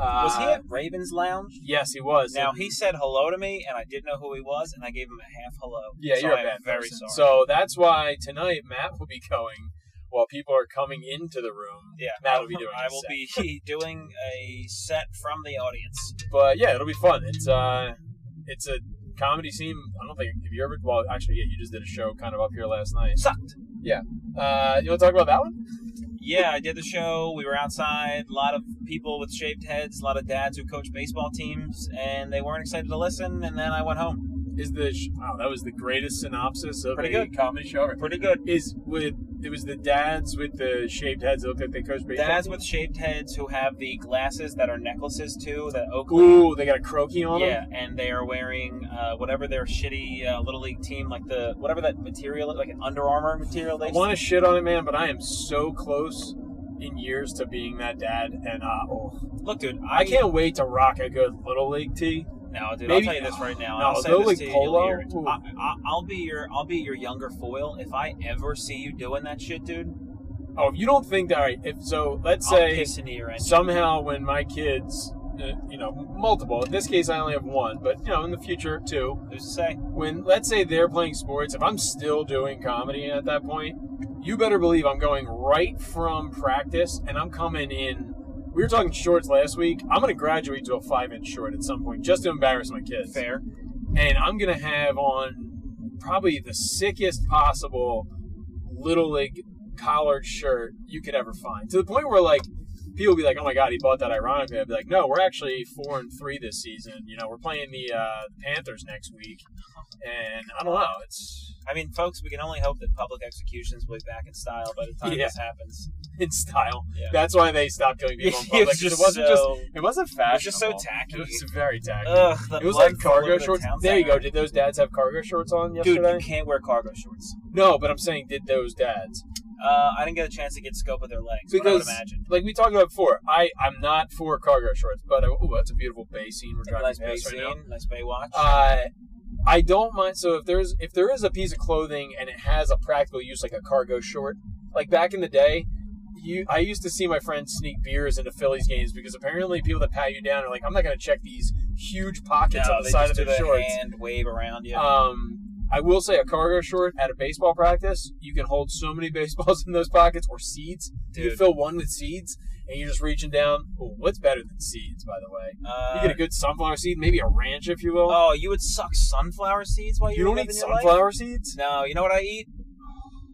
Uh, was he at Ravens Lounge? Yes, he was. Now he said hello to me, and I didn't know who he was, and I gave him a half hello. Yeah, So you're I a am bad very person. sorry. So that's why tonight Matt will be going while people are coming into the room. yeah, Matt will be doing. I his will set. be doing a set from the audience. But yeah, it'll be fun. It's uh, it's a comedy scene. I don't think have you ever. Well, actually, yeah, you just did a show kind of up here last night. Sucked. Uh, you want to talk about that one? Yeah, I did the show. We were outside. A lot of people with shaved heads. A lot of dads who coach baseball teams, and they weren't excited to listen. And then I went home. Is the sh- wow? That was the greatest synopsis of Pretty a good. comedy show. ever. Pretty good. Is with it was the dads with the shaved heads that looked like they coached baseball. Dads with shaved heads who have the glasses that are necklaces too. That Oakland. Ooh, they got a croaky on them. Yeah, and they are wearing uh, whatever their shitty uh, little league team, like the whatever that material, like an Under Armour material. They I want to shit on it, man, but I am so close in years to being that dad, and uh, oh, look, dude, I, I can't wait to rock a good little league tee. No, dude, Maybe- I'll tell you this right now. No, and I'll say Little this to League you, you'll Polo? hear it. Ooh. I, I, I'll be your, I'll be your younger foil if I ever see you doing that shit, dude. Oh, if you don't think that, all right, if so, let's I'll say piss into your engine. somehow when my kids, uh, you know, multiple. In this case, I only have one, but you know, in the future, two. Who's to say? when let's say they're playing sports, if I'm still doing comedy at that point, you better believe I'm going right from practice and I'm coming in. We were talking shorts last week. I'm going to graduate to a five inch short at some point just to embarrass my kids. Fair. And I'm going to have on probably the sickest possible little league collared shirt you could ever find to the point where like people be like oh my god he bought that ironically i'd be like no we're actually four and three this season you know we're playing the uh, panthers next week and i don't know it's I mean, folks, we can only hope that public executions will be back in style by the time Yeah. this happens. in style Yeah. that's why they stopped killing people in public 'cause it wasn't just it wasn't it fashionable was just so it tacky. was very tacky Ugh, the it was blood like flew cargo over the shorts. town There you center. go. Did those dads have cargo shorts on Dude, yesterday? you can't wear cargo shorts. no, but I'm saying, did those dads? Uh, I didn't get a chance to get scope of their legs. but I would Because imagine. like we talked about before, I I'm not for cargo shorts, but oh, that's a beautiful bay scene we're driving Nice past right Bay now. scene, nice Bay watch. Uh, I don't mind. So if there's if there is a piece of clothing and it has a practical use, like a cargo short, like back in the day, you I used to see my friends sneak beers into Phillies games because apparently people that pat you down are like, I'm not going to check these huge pockets on the they side just of do their the shorts. hand wave around you. Um, I will say a cargo short at a baseball practice, you can hold so many baseballs in those pockets or seeds. You Dude. can fill one with seeds, and you're just reaching down. Ooh, what's better than seeds, by the way? Uh, You get a good sunflower seed, maybe a ranch, if you will. Oh, you would suck sunflower seeds while you you're don't living eat your life? sunflower seeds? No, you know what I eat?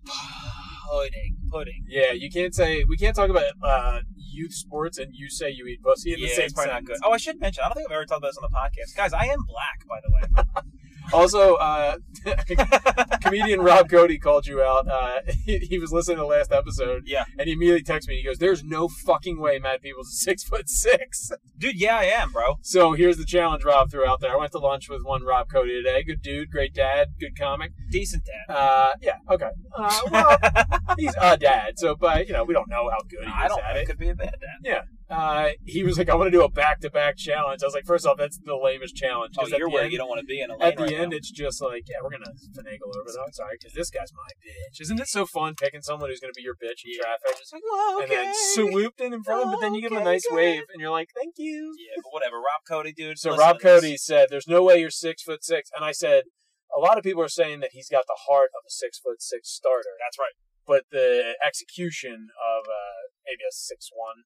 Pudding, pudding. Yeah, you can't say we can't talk about uh, youth sports and you say you eat pussy in the yeah, same it's probably not good. sentence. Oh, I should mention. I don't think I've ever talked about this on the podcast, guys. I am black, by the way. Also, uh, Comedian Rob Cody called you out. Uh, he, he was listening to the last episode, Yeah, and he immediately texted me. He goes, "There's no fucking way Matt Peoples is six foot six. dude. Yeah, I am, bro. So here's the challenge Rob threw out there. I went to lunch with one Rob Cody today. Good dude, great dad, good comic. Decent dad. Uh, yeah, okay. Uh, well, he's a dad, so but you know we don't know how good he is I don't. at know. it. Could be a bad dad. Uh, he was like, I want to do a back to back challenge. I was like, first off, that's the lamest challenge. Oh, 'cause at you're the where end- you don't want to be in a lane at the right end, now. it's just like, yeah, we're gonna finagle over though. I'm sorry, because this guy's my bitch. Isn't it so fun picking someone who's gonna be your bitch in traffic? It's like, And then swooped in in front of him, but then you give him a Okay, nice good. wave, and you're like, thank you. Yeah, but whatever. Rob Cody, dude. So listen Rob to this. Cody said, "There's no way you're six foot six. and I said, "A lot of people are saying that he's got the heart of a six foot six starter, That's right. but the execution of uh, maybe a six one.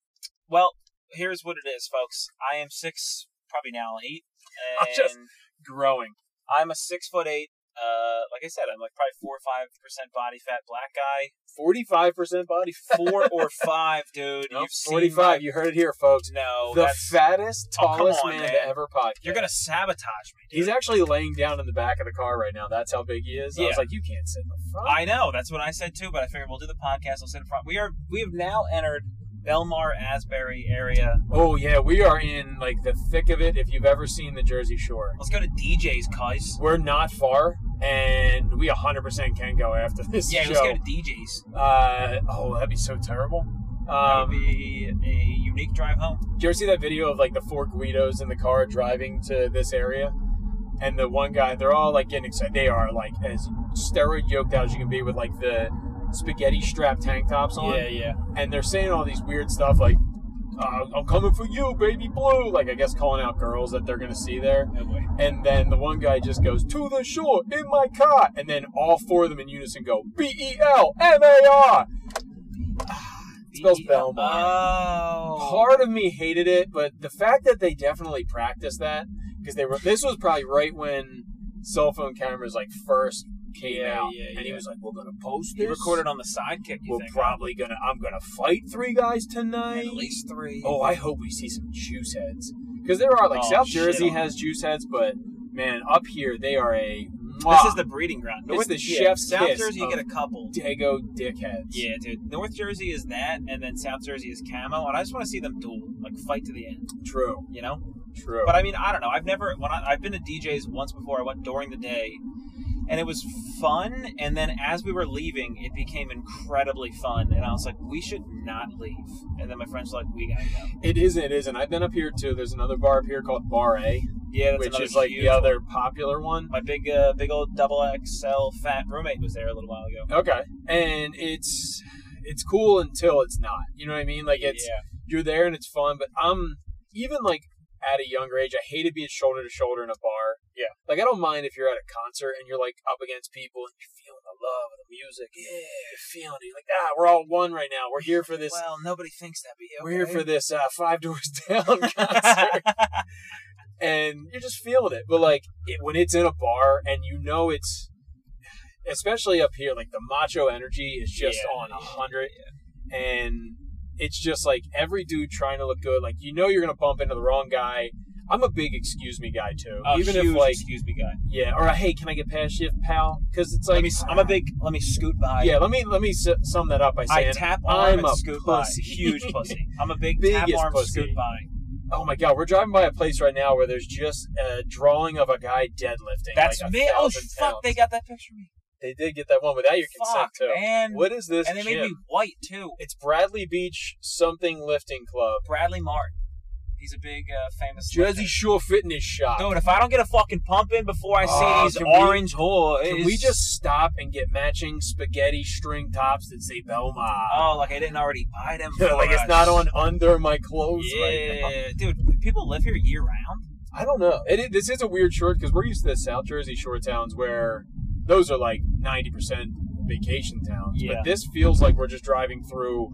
Well, here's what it is, folks. I am six, probably now eight, I'm and just- Growing. I'm a six foot eight. Uh, like I said, I'm like probably four or five percent body fat black guy. Forty five percent body fat. Four or five, dude. Nope, You've seen 45. my- You heard it here, folks. No, the that's fattest, Oh, come tallest on, man, man. to ever podcast. you're gonna sabotage me. Dude. He's actually laying down in the back of the car right now. That's how big he is. I Yeah. was like, you can't sit in the front. I know. That's what I said too. But I figured we'll do the podcast. I'll sit in front. We are. We have now entered Belmar Asbury area. oh yeah, we are in like the thick of it. If you've ever seen the Jersey Shore, Let's go to DJ's, cuz. we're not far, and we 100% can go after this Yeah, let's show. go to DJ's. Uh, oh, that'd be so terrible. That would Um, be a unique drive home. did you ever see that video of like the four Guidos in the car driving to this area? And the one guy, they're all like getting excited. They are like as steroid yoked out as you can be with like the spaghetti strap tank tops on. yeah. and they're saying all these weird stuff like uh, I'm coming for you, baby blue. Like I guess calling out girls that they're gonna see there. Oh boy. And then the one guy just goes to the shore in my car, and then all four of them in unison go B E L M A R. spells Belmar. Oh. Part of me hated it, but the fact that they definitely practiced that because they were this was probably right when cell phone cameras like first came Yeah, out, yeah, and he yeah. was like, "We're gonna post He this. recorded on the sidekick. You We're think? probably gonna. I'm gonna fight three guys tonight. At least three. Oh, I hope we see some juice heads because there are like Oh, South shit Jersey on has juice heads, but man, up here they are a. this mwah, is the breeding ground. It's the yeah, chef's South kiss Jersey, you of- get a couple. Dago dickheads. Yeah, dude. North Jersey is that, and then South Jersey is camo, and I just want to see them duel, like fight to the end. true, You know. true. But I mean, I don't know. I've never when I, I've been to DJs once before. I went during the day, and it was fun. And then as we were leaving, it became incredibly fun, and I was like, we should not leave. And then my friends were like, we gotta go. it is, it isn't. I've been up here too. There's another bar up here called Bar A, Yeah, that's which another is like huge the one. other popular one. My big, uh, big old double XL fat roommate was there a little while ago. Okay, and it's it's cool until it's not. You know what I mean? Like it's yeah, you're there and it's fun, but I'm even like at a younger age, I hated being shoulder to shoulder in a bar. Yeah. Like I don't mind if you're at a concert and you're like up against people and you're feeling the love of the music. Yeah, you're feeling it. You're like, ah, we're all one right now. We're here for this Well, nobody thinks that, but yeah, we're here okay. for this uh, five doors down concert. and you're just feeling it. But like it, when it's in a bar and you know it's, especially up here, like the macho energy is just Yeah, on a hundred, and it's just like every dude trying to look good. Like you know you're gonna bump into the wrong guy. I'm a big excuse me guy too. Oh, Even huge if like excuse me, guy. yeah, or hey, can I get past shift, pal? Because it's let like me, s- I'm a big. Let me scoot by. yeah. Let me let me s- sum that up by I saying tap arm I'm and a scoot pussy. by. Huge pussy. I'm a big Biggest tap arm pussy. scoot by. Oh my god, we're driving by a place right now where there's just a drawing of a guy deadlifting. That's like a me. Oh thousand fuck! They pounds. got that picture of me. They did get that one without your consent Fuck, too. man. What is this? and they made gym? me white too. It's Bradley Beach something lifting club. Bradley Martin. He's a big uh, famous. Jersey lifter. Shore Fitness Shop. Dude, if I don't get a fucking pump in before I see Oh, these can we- orange whores, Can we just stop and get matching spaghetti string tops that say Belmont? Oh, like I didn't already buy them. For like it's us. not on under my clothes Oh, Yeah, right now. dude. People live here year round. I don't know. It, is- this is a weird short because we're used to the South Jersey shore towns where those are like 90% vacation towns. Yeah. But this feels like we're just driving through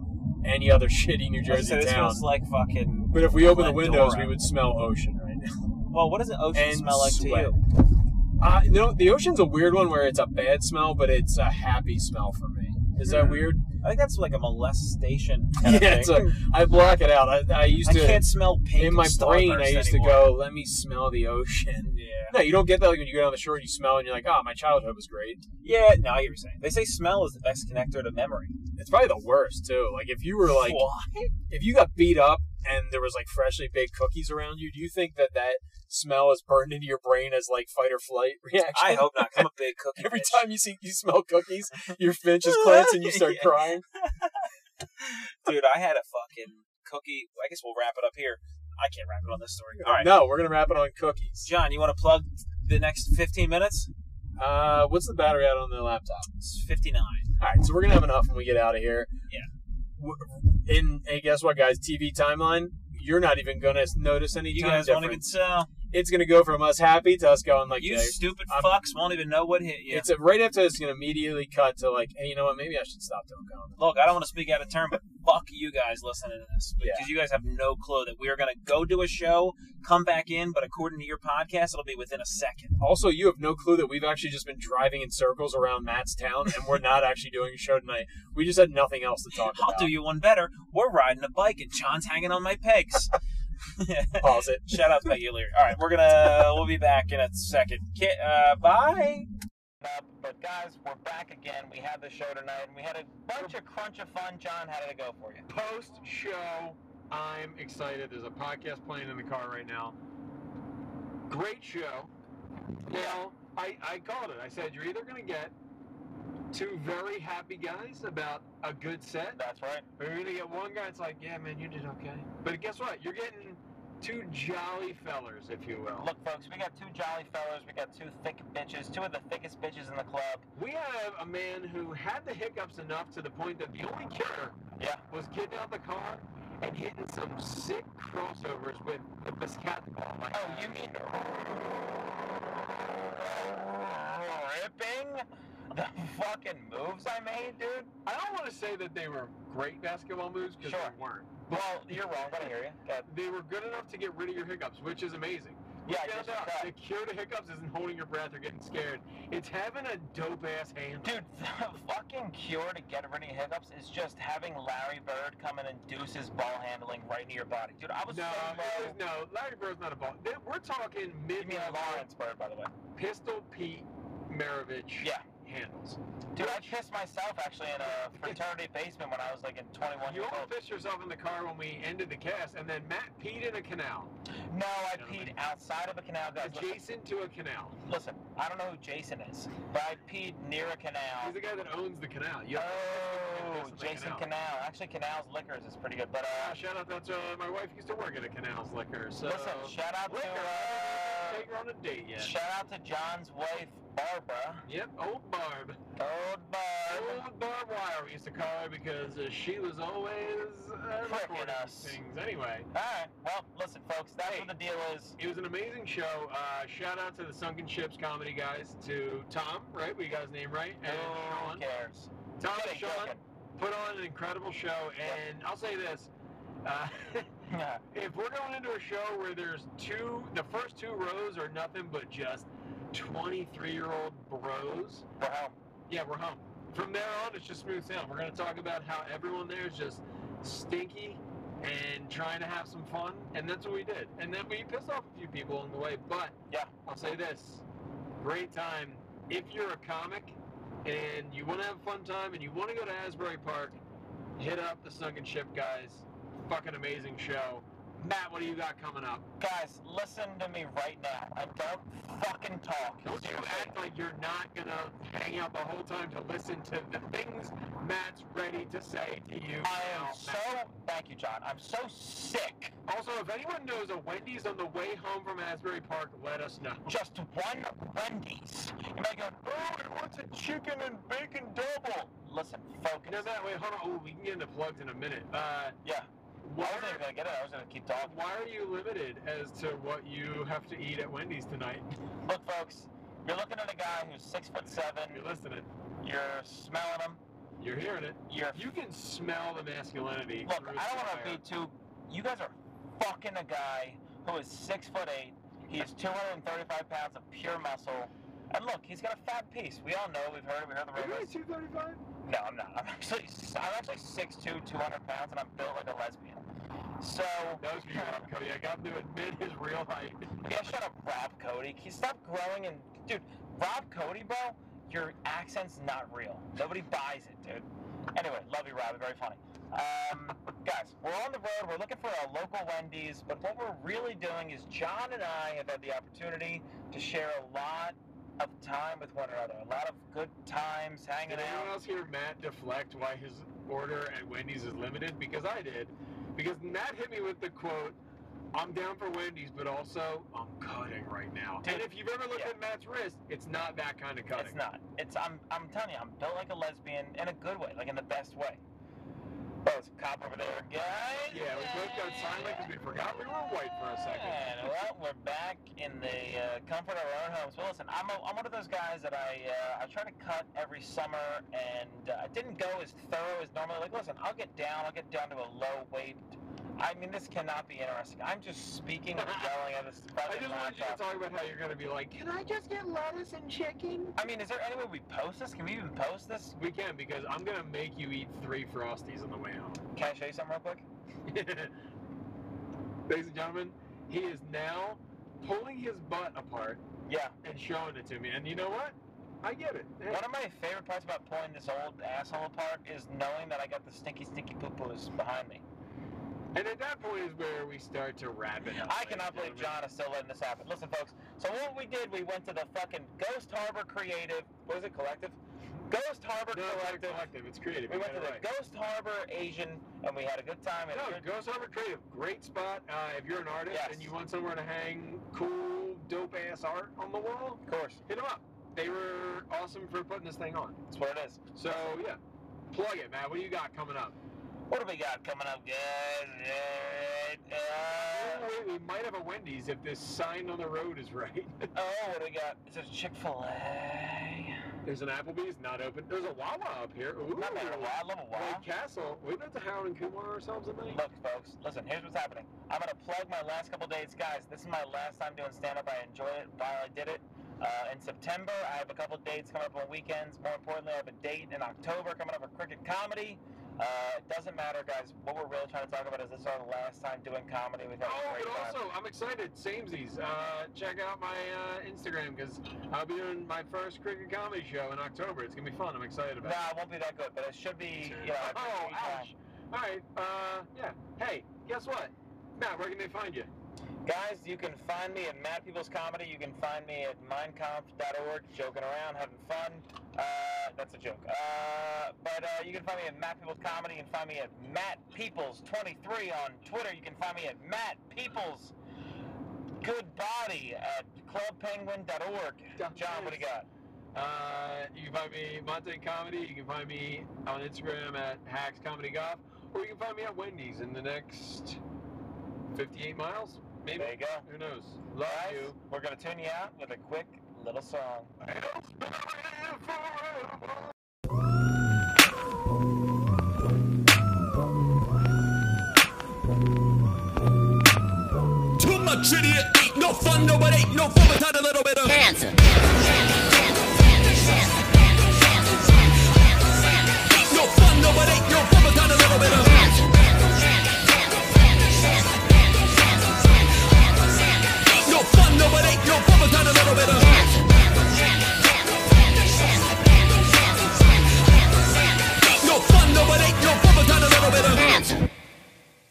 any other shitty New So Jersey this town. smells like fucking. But if we open the Glendora. windows, we would smell ocean right now. Well, what does an ocean And smell like sweat. to you? Uh, you know, the ocean's a weird one where it's a bad smell, but it's a happy smell for me. Is that Hmm. weird? I think that's like a molestation. Kind of yeah, thing. it's a, I block it out. I, I used I to can't smell pink in my and brain. I Starburst used anymore. to go, let me smell the ocean. No, Yeah. you don't get that like when you go down the shore and you smell and you're "Ah, like, oh, my childhood was great. Yeah. No, I get what you're saying. They say smell is the best connector to memory. It's probably the worst too. Like if you were like, Why? if you got beat up and there was like freshly baked cookies around you, do you think that that smell is burned into your brain as like fight or flight reaction? I hope not. 'cause I'm a big cookie. Every bitch. time you see you smell cookies, your finch is clench and you start Yeah. crying. dude, I had a fucking cookie. I guess we'll wrap it up here. I can't wrap it on this story. All right, No, we're gonna wrap it on cookies. John, you want to plug the next 15 minutes? Uh, what's the battery out on the laptop? It's 59. All right, so we're gonna have enough when we get out of here. Yeah. W- In and guess what, guys? TV timeline. You're not even gonna notice any You time guys uh, won't difference. even tell. It's gonna go from us happy to us going like, you "Yeah, stupid I'm- fucks won't even know what hit you. it's a, right after this, it's gonna immediately cut to like, hey, you know what? Maybe I should stop doing comedy. Look, I don't want to speak out of turn, but fuck you guys listening to this because Yeah. you guys have no clue that we are going to go do a show, come back in, but according to your podcast, it'll be within a second. Also, you have no clue that we've actually just been driving in circles around Matt's town, and we're not actually doing a show tonight. We just had nothing else to talk I'll about. do you one better. We're riding a bike and John's hanging on my pegs. Pause it. Shout out to Becky Leary. All right, we're gonna we'll be back in a second. Ki- Uh, bye. but guys, we're back again. We had the show tonight, and we had a bunch of crunch of fun. John, how did it go for you? Post show, I'm excited. There's a podcast playing in the car right now. Great show. Now, I, I called it. I said, you're either going to get two very happy guys about a good set, That's right. or you're going to get one guy that's like, yeah, man, you did okay. But guess what? You're getting two jolly fellers, if you will. Look, folks, we got two jolly fellows. We got two thick bitches. Two of the thickest bitches in the club. We have a man who had the hiccups enough to the point that the only cure Yeah. was getting out the car and hitting some sick crossovers with the biscat. Oh my Oh, you mean ripping the fucking moves I made, dude? I don't want to say that they were great basketball moves because Sure. they weren't. Well, you're wrong. but I hear you. But They were good enough to get rid of your hiccups, which is amazing. We Yeah, I found guess you're out right. the cure to hiccups isn't holding your breath or getting scared. It's having a dope ass hand. Dude, the fucking cure to get rid of hiccups is just having Larry Bird come and induce his ball handling right into your body. Dude, I was No, so it low. was- no, Larry Bird's not a ball. They- We're talking You mean mid-level Lawrence Bird, by the way. Pistol Pete Maravich Yeah. handles. Dude, I pissed myself actually in a fraternity basement when I was like in 21 You years all old. pissed yourself in the car when we ended the cast, and then Matt peed in a canal, No, I Gentlemen. peed outside of a canal, guys. Listen, adjacent to a canal. listen, I don't know who Jason is, but I peed near a canal. He's the guy that owns the canal. You Oh, Jason Jason Canal. Canal. Actually, Canal's Liquors is pretty good. But Uh, uh, shout out that uh, my wife used to work at a canal's liquor, so listen, shout out to liquor. uh, take her on a date yet. shout out to John's wife Barbara. Yep, old Barb. Old Barb. Old Barb Wire we used to call her because uh, she was always uh, Frickin' recording us. things. Anyway, All right. Well, listen, folks. That's Hey. what the deal is. it was an amazing show. Uh, shout out to the Sunken Ships comedy guys, to Tom, right? We got his name right, and Who Sean. cares? Tom Just and Sean. joking. put on an incredible show. And I'll say this: uh, Yeah. if we're going into a show where there's two, the first two rows are nothing but just 23-year-old bros. We're home. Yeah, we're home. From there on, it's just smooth sailing. We're going to talk about how everyone there is just stinky and trying to have some fun, and that's what we did. And then we pissed off a few people along the way, but Yeah. I'll say this: great time. If you're a comic and you want to have a fun time and you want to go to Asbury Park, hit up the Sunken Ship guys. Fucking amazing show. Matt, what do you got coming up? Guys, listen to me right now. And don't fucking talk. Don't you Seriously. act like you're not gonna hang out the whole time to listen to the things Matt's ready to say to you. I now, am so. Matt. Thank you, John. I'm so sick. Also, if anyone knows a Wendy's on the way home from Asbury Park, let us know. Just one Wendy's. You might go, oh, it wants a chicken and bacon double. Listen, focus. No, Matt, wait, hold on. Oh, we can get into plugs in a minute. Uh, yeah, I why, wasn't even gonna get it. I was gonna keep talking. why are you limited as to what you have to eat at Wendy's tonight? Look, folks, you're looking at a guy who's six foot seven. You're listening. You're smelling him. You're hearing it. You're You can smell the masculinity. look. through I don't the want to wire. be too. You guys are fucking a guy who is six foot eight. He is 235 pounds of pure muscle. And look, he's got a fat piece. We all know. We've heard. it, We heard the Are you rumors. at 235? No, I'm not. I'm actually I'm actually 6'2", 200 pounds, and I'm built like a lesbian. So That was good, Cody. I got him to admit his real height. yeah, shut up, Rob Cody. Can you stop growing and dude, Rob Cody, bro, your accent's not real. Nobody buys it, dude. Anyway, love you, Rob. You're Very funny. Um, guys, we're on the road. We're looking for a local Wendy's, but what we're really doing is John and I have had the opportunity to share a lot of time with one another, a lot of good times hanging Did anyone out. else hear Matt deflect why his order at Wendy's is limited? Because I did. Because Matt hit me with the quote, I'm down for Wendy's, but also I'm cutting right now. Dude, and if you've ever looked yeah. at Matt's wrist, it's not that kind of cutting. It's not. It's I'm I'm telling you, I'm built like a lesbian in a good way, like in the best way. Oh, it's a cop over there, guys. Yeah, we both got sidelined 'cause we forgot we were white for a second. And, well, we're back in the uh, comfort of our own homes. Well, listen, I'm, a, I'm one of those guys that I uh, I try to cut every summer, and uh, I didn't go as thorough as normally. Like, listen, I'll get down. I'll get down to a low weight. I mean, this cannot be interesting. I'm just speaking and yelling at this. I just wanted you to talk about how you're gonna be like, Can I just get lettuce and chicken? I mean, is there any way we post this? Can we even post this? We can because I'm gonna make you eat three frosties on the way home. Can I show you something real quick? Ladies and gentlemen, he is now pulling his butt apart Yeah. and showing it to me. And you know what? I get it. Hey, One of my favorite parts about pulling this old asshole apart is knowing that I got the stinky, stinky poo poos behind me. And at that point is where we start to wrap it up. I ladies cannot and believe gentlemen. John is still letting this happen. Listen, folks. So what we did, we went to the fucking Ghost Harbor Creative. What is it? Collective. Ghost Harbor No, it's not Collective. collective. It's creative. We You went to got it the right. Ghost Harbor Asian, and we had a good time. and a No, good- Ghost Harbor Creative, great spot. Uh, if you're an artist Yes. and you want somewhere to hang cool, dope ass art on the wall, of course, hit them up. They were awesome for putting this thing on. that's what it is. So yeah, plug it, Matt. What do you got coming up? What do we got coming up, guys? Yeah, Wait, we might have a Wendy's if this sign on the road is right. yeah. Oh, what do we got? Is it Chick Fil A? There's an Applebee's not open. There's a Wawa up here. Ooh. Not bad. at all. I love a Wawa. White Castle. We've been to Howard and Kumar ourselves a night. Look, folks, listen, here's what's happening. I'm going to plug my last couple dates. Guys, this is my last time doing stand up. I enjoyed it while I did it. Uh, in September, I have a couple dates coming up on weekends. More importantly, I have a date in October coming up for Cricket Comedy. Uh, it doesn't matter, guys. What we're really trying to talk about is this is our last time doing comedy. We've had Oh, a great but time. also, I'm excited. Samesies. Uh, check out my uh, Instagram because I'll be doing my first cricket comedy show in October. It's gonna be fun. I'm excited about No, it won't be that good, but it should be, it. you know. a oh, great time. ouch. All right. Uh, yeah. Hey, guess what? Matt, where can they find you? Guys, you can find me at Mad People's Comedy. You can find me at mindconf.org, joking around, having fun. Uh, that's a joke. Uh, but uh, you can find me at Matt People's Comedy. You can find me at Matt Peoples23 on Twitter. You can find me at Matt Peoples Good Body at clubpenguin.org. John, what do you got? Uh, you can find me Monte Comedy. You can find me on Instagram at Hacks Comedy Golf, or you can find me at Wendy's in the next 58 miles, maybe. There you go. Who knows? Love Guys, you. we're going to tune you out with a quick little song. Too much idiot, ain't no fun, no, it ain't no fun without a little bit of Cancer.